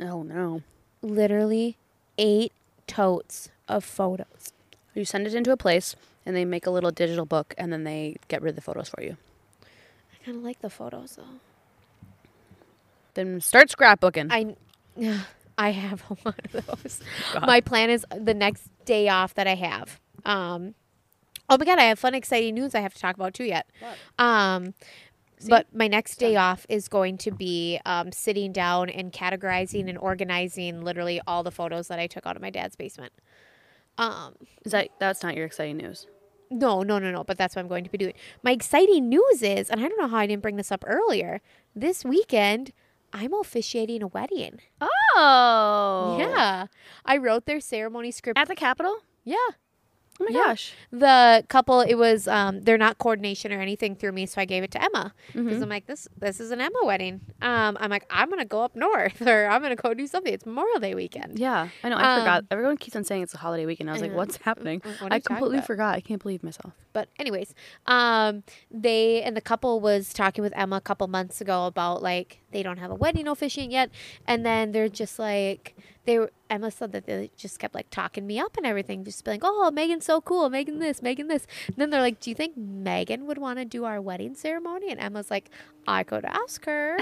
Speaker 2: oh no
Speaker 3: Literally 8 totes of photos.
Speaker 2: you send it into a place and they make a little digital book and then they get rid of the photos for you
Speaker 3: I kind of like the photos though.
Speaker 2: then start scrapbooking
Speaker 3: I I have a lot of those. My plan is the next day off that I have. Um, oh my god, I have fun, exciting news I have to talk about too yet. Um, but my next day off is going to be um, sitting down and categorizing and organizing literally all the photos that I took out of my dad's basement. Um,
Speaker 2: is that that's not your exciting news
Speaker 3: no, no, no, no. But that's what I'm going to be doing. My exciting news is, and I don't know how I didn't bring this up earlier. This weekend, I'm officiating a wedding.
Speaker 2: oh
Speaker 3: Yeah. I wrote their ceremony script.
Speaker 2: at the capitol
Speaker 3: yeah.
Speaker 2: oh my
Speaker 3: Yeah.
Speaker 2: gosh
Speaker 3: The couple, it was, um, they're not coordination or anything through me, so I gave it to Emma. Because
Speaker 2: Mm-hmm.
Speaker 3: I'm like, this this is an Emma wedding. Um, I'm like, I'm going to go up north or I'm going to go do something. It's Memorial Day weekend.
Speaker 2: Yeah, I know. I forgot. Everyone keeps on saying it's a holiday weekend. I was like, what's happening?
Speaker 3: What are you
Speaker 2: I
Speaker 3: talking
Speaker 2: completely
Speaker 3: about?
Speaker 2: forgot. I can't believe myself.
Speaker 3: But, anyways, um, they and the couple was talking with Emma a couple months ago about like they don't have a wedding officiant yet. And then they're just like, they were, Emma said that they just kept like talking me up and everything, just be like, oh, Megan's so cool, Megan this, Megan this. And then they're like, do you think Megan would want to do our wedding ceremony? And Emma's like, I could ask her.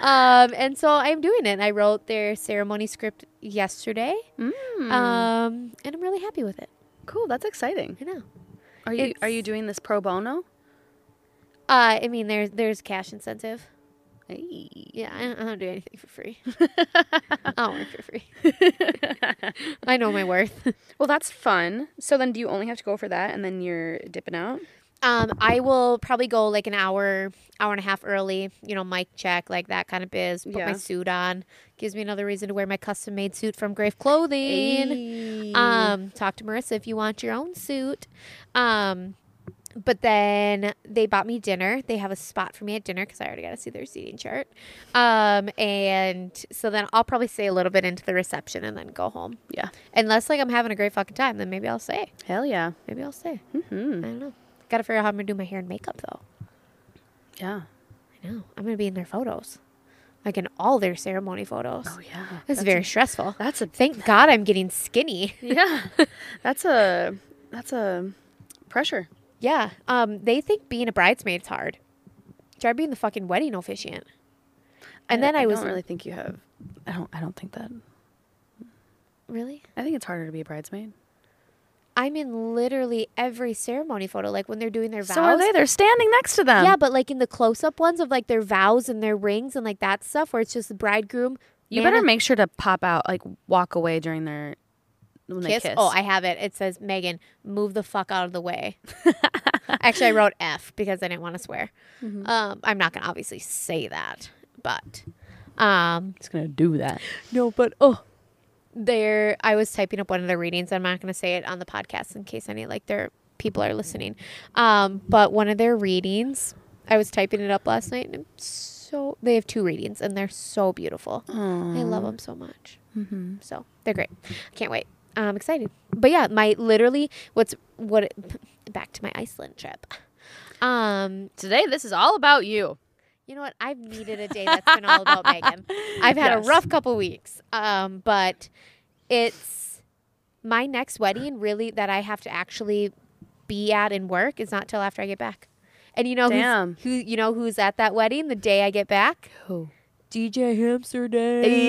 Speaker 3: um, and so I'm doing it. I wrote their ceremony script yesterday.
Speaker 2: Mm.
Speaker 3: Um, and I'm really happy with it.
Speaker 2: Uh, Cool. That's exciting.
Speaker 3: I know.
Speaker 2: Are you Are you doing this pro bono?
Speaker 3: Uh, I mean, there's there's cash incentive.
Speaker 2: Hey.
Speaker 3: Yeah, I don't, I don't do anything for free. I don't work for free. I know my worth.
Speaker 2: Well, that's fun. So then, do you only have to go for that, and then you're dipping out?
Speaker 3: Um, I will probably go like an hour, hour and a half early. You know, mic check, like that kind of biz. Put
Speaker 5: Yeah.
Speaker 3: my suit on. Gives me another reason to wear my custom made suit from Grave Clothing.
Speaker 5: Ayy.
Speaker 3: Um, talk to Marissa if you want your own suit. Um, but then they bought me dinner. They have a spot for me at dinner because I already got to see their seating chart. Um, and so then I'll probably stay a little bit into the reception and then go home.
Speaker 5: yeah.
Speaker 3: Unless like I'm having a great fucking time, then maybe I'll stay.
Speaker 2: Hell yeah.
Speaker 3: Maybe I'll stay. I
Speaker 2: Mm-hmm.
Speaker 3: don't know. Gotta figure out how I'm gonna do my hair and makeup though.
Speaker 2: Yeah.
Speaker 3: I know. I'm gonna be in their photos, like in all their ceremony photos.
Speaker 2: Oh yeah.
Speaker 3: It's very stressful.
Speaker 2: That's a
Speaker 3: Thank God I'm getting skinny.
Speaker 2: yeah. That's a that's a pressure.
Speaker 3: Yeah. Um. They think being a bridesmaid's hard. Try being the fucking wedding officiant. And then I, was
Speaker 2: don't really
Speaker 3: really,
Speaker 2: think you have. I don't. I don't think that.
Speaker 3: really.
Speaker 2: I think it's harder to be a bridesmaid.
Speaker 3: I'm in literally every ceremony photo, like when they're doing their vows.
Speaker 2: So are they? They're standing next to them.
Speaker 3: yeah, but like in the close-up ones of like their vows and their rings and like that stuff, where it's just the bridegroom.
Speaker 2: You
Speaker 3: man
Speaker 2: better
Speaker 3: and-
Speaker 2: make sure to pop out, like walk away during their when
Speaker 3: kiss?
Speaker 2: they kiss.
Speaker 3: Oh, I have it. It says Megan, move the fuck out of the way. Actually, I wrote F because I didn't want to swear.
Speaker 2: Mm-hmm.
Speaker 3: Um, I'm not gonna obviously say that, but um,
Speaker 2: It's gonna do that.
Speaker 3: no, but oh, there. I was typing up one of the readings. I'm not gonna say it on the podcast in case any like their people are listening. Um, but one of their readings, I was typing it up last night, and I'm so they have two readings, and they're so beautiful. I love them so much. Mm-hmm. So they're great. I can't wait. I'm excited. But yeah, my literally what's what back to my Iceland trip. Um,
Speaker 2: Today, this is all about you.
Speaker 3: you know what? I've needed a day that's been all about Megan. I've had
Speaker 2: Yes.
Speaker 3: a rough couple weeks. Um, but it's my next wedding really that I have to actually be at and work is not till after I get back. And you know
Speaker 2: Damn.
Speaker 3: who's, who you know who's at that wedding the day I get back?
Speaker 2: Who?
Speaker 3: DJ Hamster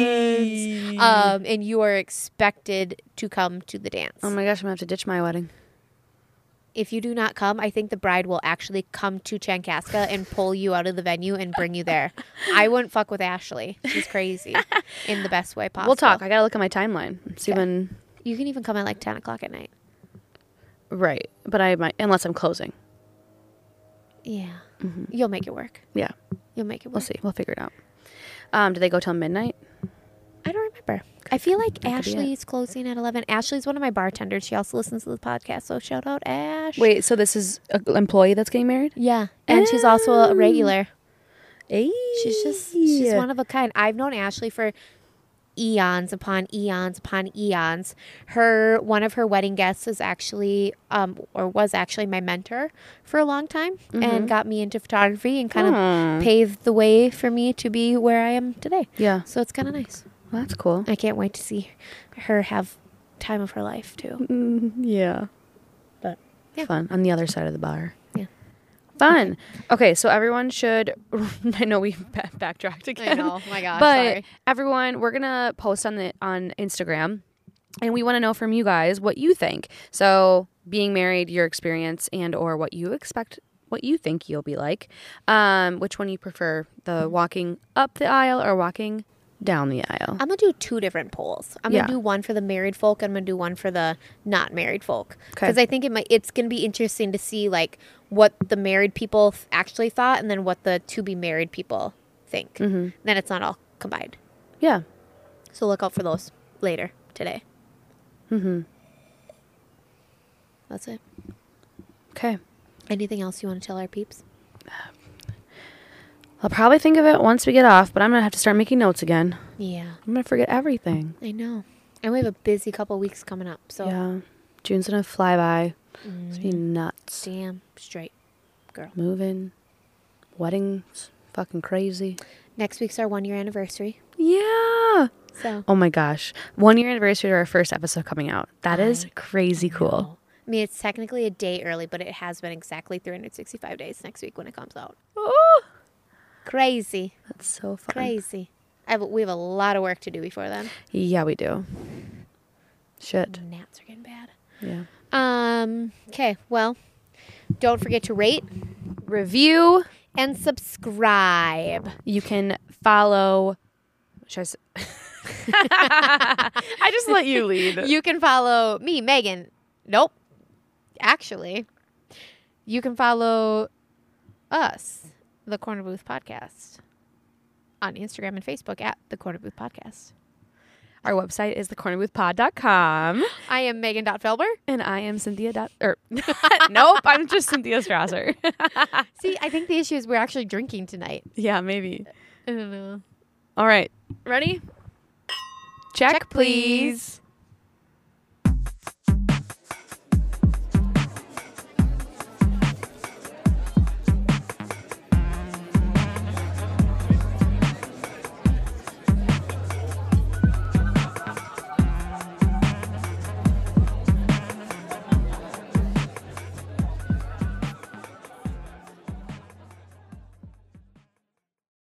Speaker 3: dance. Um, and you are expected to come to the dance.
Speaker 2: Oh my gosh, I'm gonna have to ditch my wedding.
Speaker 3: if you do not come, I think the bride will actually come to Chankaska and pull you out of the venue and bring you there. I wouldn't fuck with Ashley. She's crazy in the best way possible.
Speaker 2: We'll talk. I gotta look at my timeline. and See
Speaker 3: Okay.
Speaker 2: when.
Speaker 3: You can even come at like 10 o'clock at night.
Speaker 2: Right, but I might unless I'm closing.
Speaker 3: Yeah. Mm-hmm. You'll make it work.
Speaker 2: Yeah,
Speaker 3: You'll make it work.
Speaker 2: Mm-hmm. we'll see. We'll figure it out. Um, do they go till midnight?
Speaker 3: I don't remember. I feel like
Speaker 2: could be it.
Speaker 3: Ashley's closing at 11. Ashley's one of my bartenders. She also listens to the podcast. So shout out Ash.
Speaker 2: Wait, so this is an employee that's getting married?
Speaker 3: Yeah. And she's also a regular. She's just she's
Speaker 2: Ayy.
Speaker 3: one of a kind. I've known Ashley for eons upon eons upon eons. Her one of her wedding guests is actually um or was actually my mentor for a long time and got me into photography and kind
Speaker 2: Mm-hmm. Aw.
Speaker 3: of paved the way for me to be where I am today.
Speaker 2: Yeah,
Speaker 3: So it's kind of nice.
Speaker 2: well, that's cool.
Speaker 3: I can't wait to see her have time of her life too.
Speaker 2: Mm. Yeah, but
Speaker 3: Yeah.
Speaker 2: fun on the other side of the bar.
Speaker 3: Yeah.
Speaker 2: Fun. Okay, so everyone should. I know we ba- backtracked again.
Speaker 3: my gosh.
Speaker 2: but everyone we're gonna post on the on instagram and we want to know from you guys what you think so being married your experience and or what you expect what you think you'll be like um, which one you prefer the walking up the aisle or walking down the aisle
Speaker 3: I'm gonna do two different polls. I'm
Speaker 2: Yeah.
Speaker 3: gonna do one for the married folk. and I'm gonna do one for the not married folk
Speaker 2: Okay.
Speaker 3: because I think it might. It's gonna be interesting to see like what the married people th- actually thought, and then what the to be married people think.
Speaker 2: Mm-hmm.
Speaker 3: Then it's not all combined.
Speaker 2: yeah
Speaker 3: So look out for those later today. Mm-hmm. That's it.
Speaker 2: okay
Speaker 3: Anything else you want to tell our peeps?
Speaker 2: i'll probably think of it once we get off but i'm gonna have to start making notes again
Speaker 3: Yeah,
Speaker 2: i'm gonna forget everything
Speaker 3: I know. And we have a busy couple weeks coming up. So
Speaker 2: yeah june's gonna fly by it's gonna be nuts
Speaker 3: damn straight.
Speaker 2: moving weddings fucking crazy
Speaker 3: Next week's our one year anniversary.
Speaker 2: yeah
Speaker 3: So.
Speaker 2: Oh my gosh. One year anniversary to our first episode coming out. That is crazy cool.
Speaker 3: I mean, it's technically a day early, but it has been exactly 365 days next week when it comes out.
Speaker 2: Oh,
Speaker 3: Crazy,
Speaker 2: that's so fun.
Speaker 3: crazy. I have, we have a lot of work to do before then.
Speaker 2: Yeah, we do. Shit.
Speaker 3: Gnats are getting bad.
Speaker 2: Yeah.
Speaker 3: Um. Okay. Well, don't forget to rate
Speaker 2: Review.
Speaker 3: and subscribe.
Speaker 2: You can follow. Should I, s- I just let you lead.
Speaker 3: You can follow me, Megan. Nope. Actually, You can follow us, the Corner Booth Podcast, on Instagram and Facebook at the Corner Booth Podcast.
Speaker 2: Our website is thecornerboothpod.com.
Speaker 3: I am Megan.Felber.
Speaker 2: And I am Cynthia. Dot, or, nope, I'm just Cynthia Strasser.
Speaker 3: See, I think the issue is we're actually drinking tonight.
Speaker 2: yeah, maybe.
Speaker 3: I don't know.
Speaker 2: All right.
Speaker 6: Ready?
Speaker 2: Check,
Speaker 3: Check, please.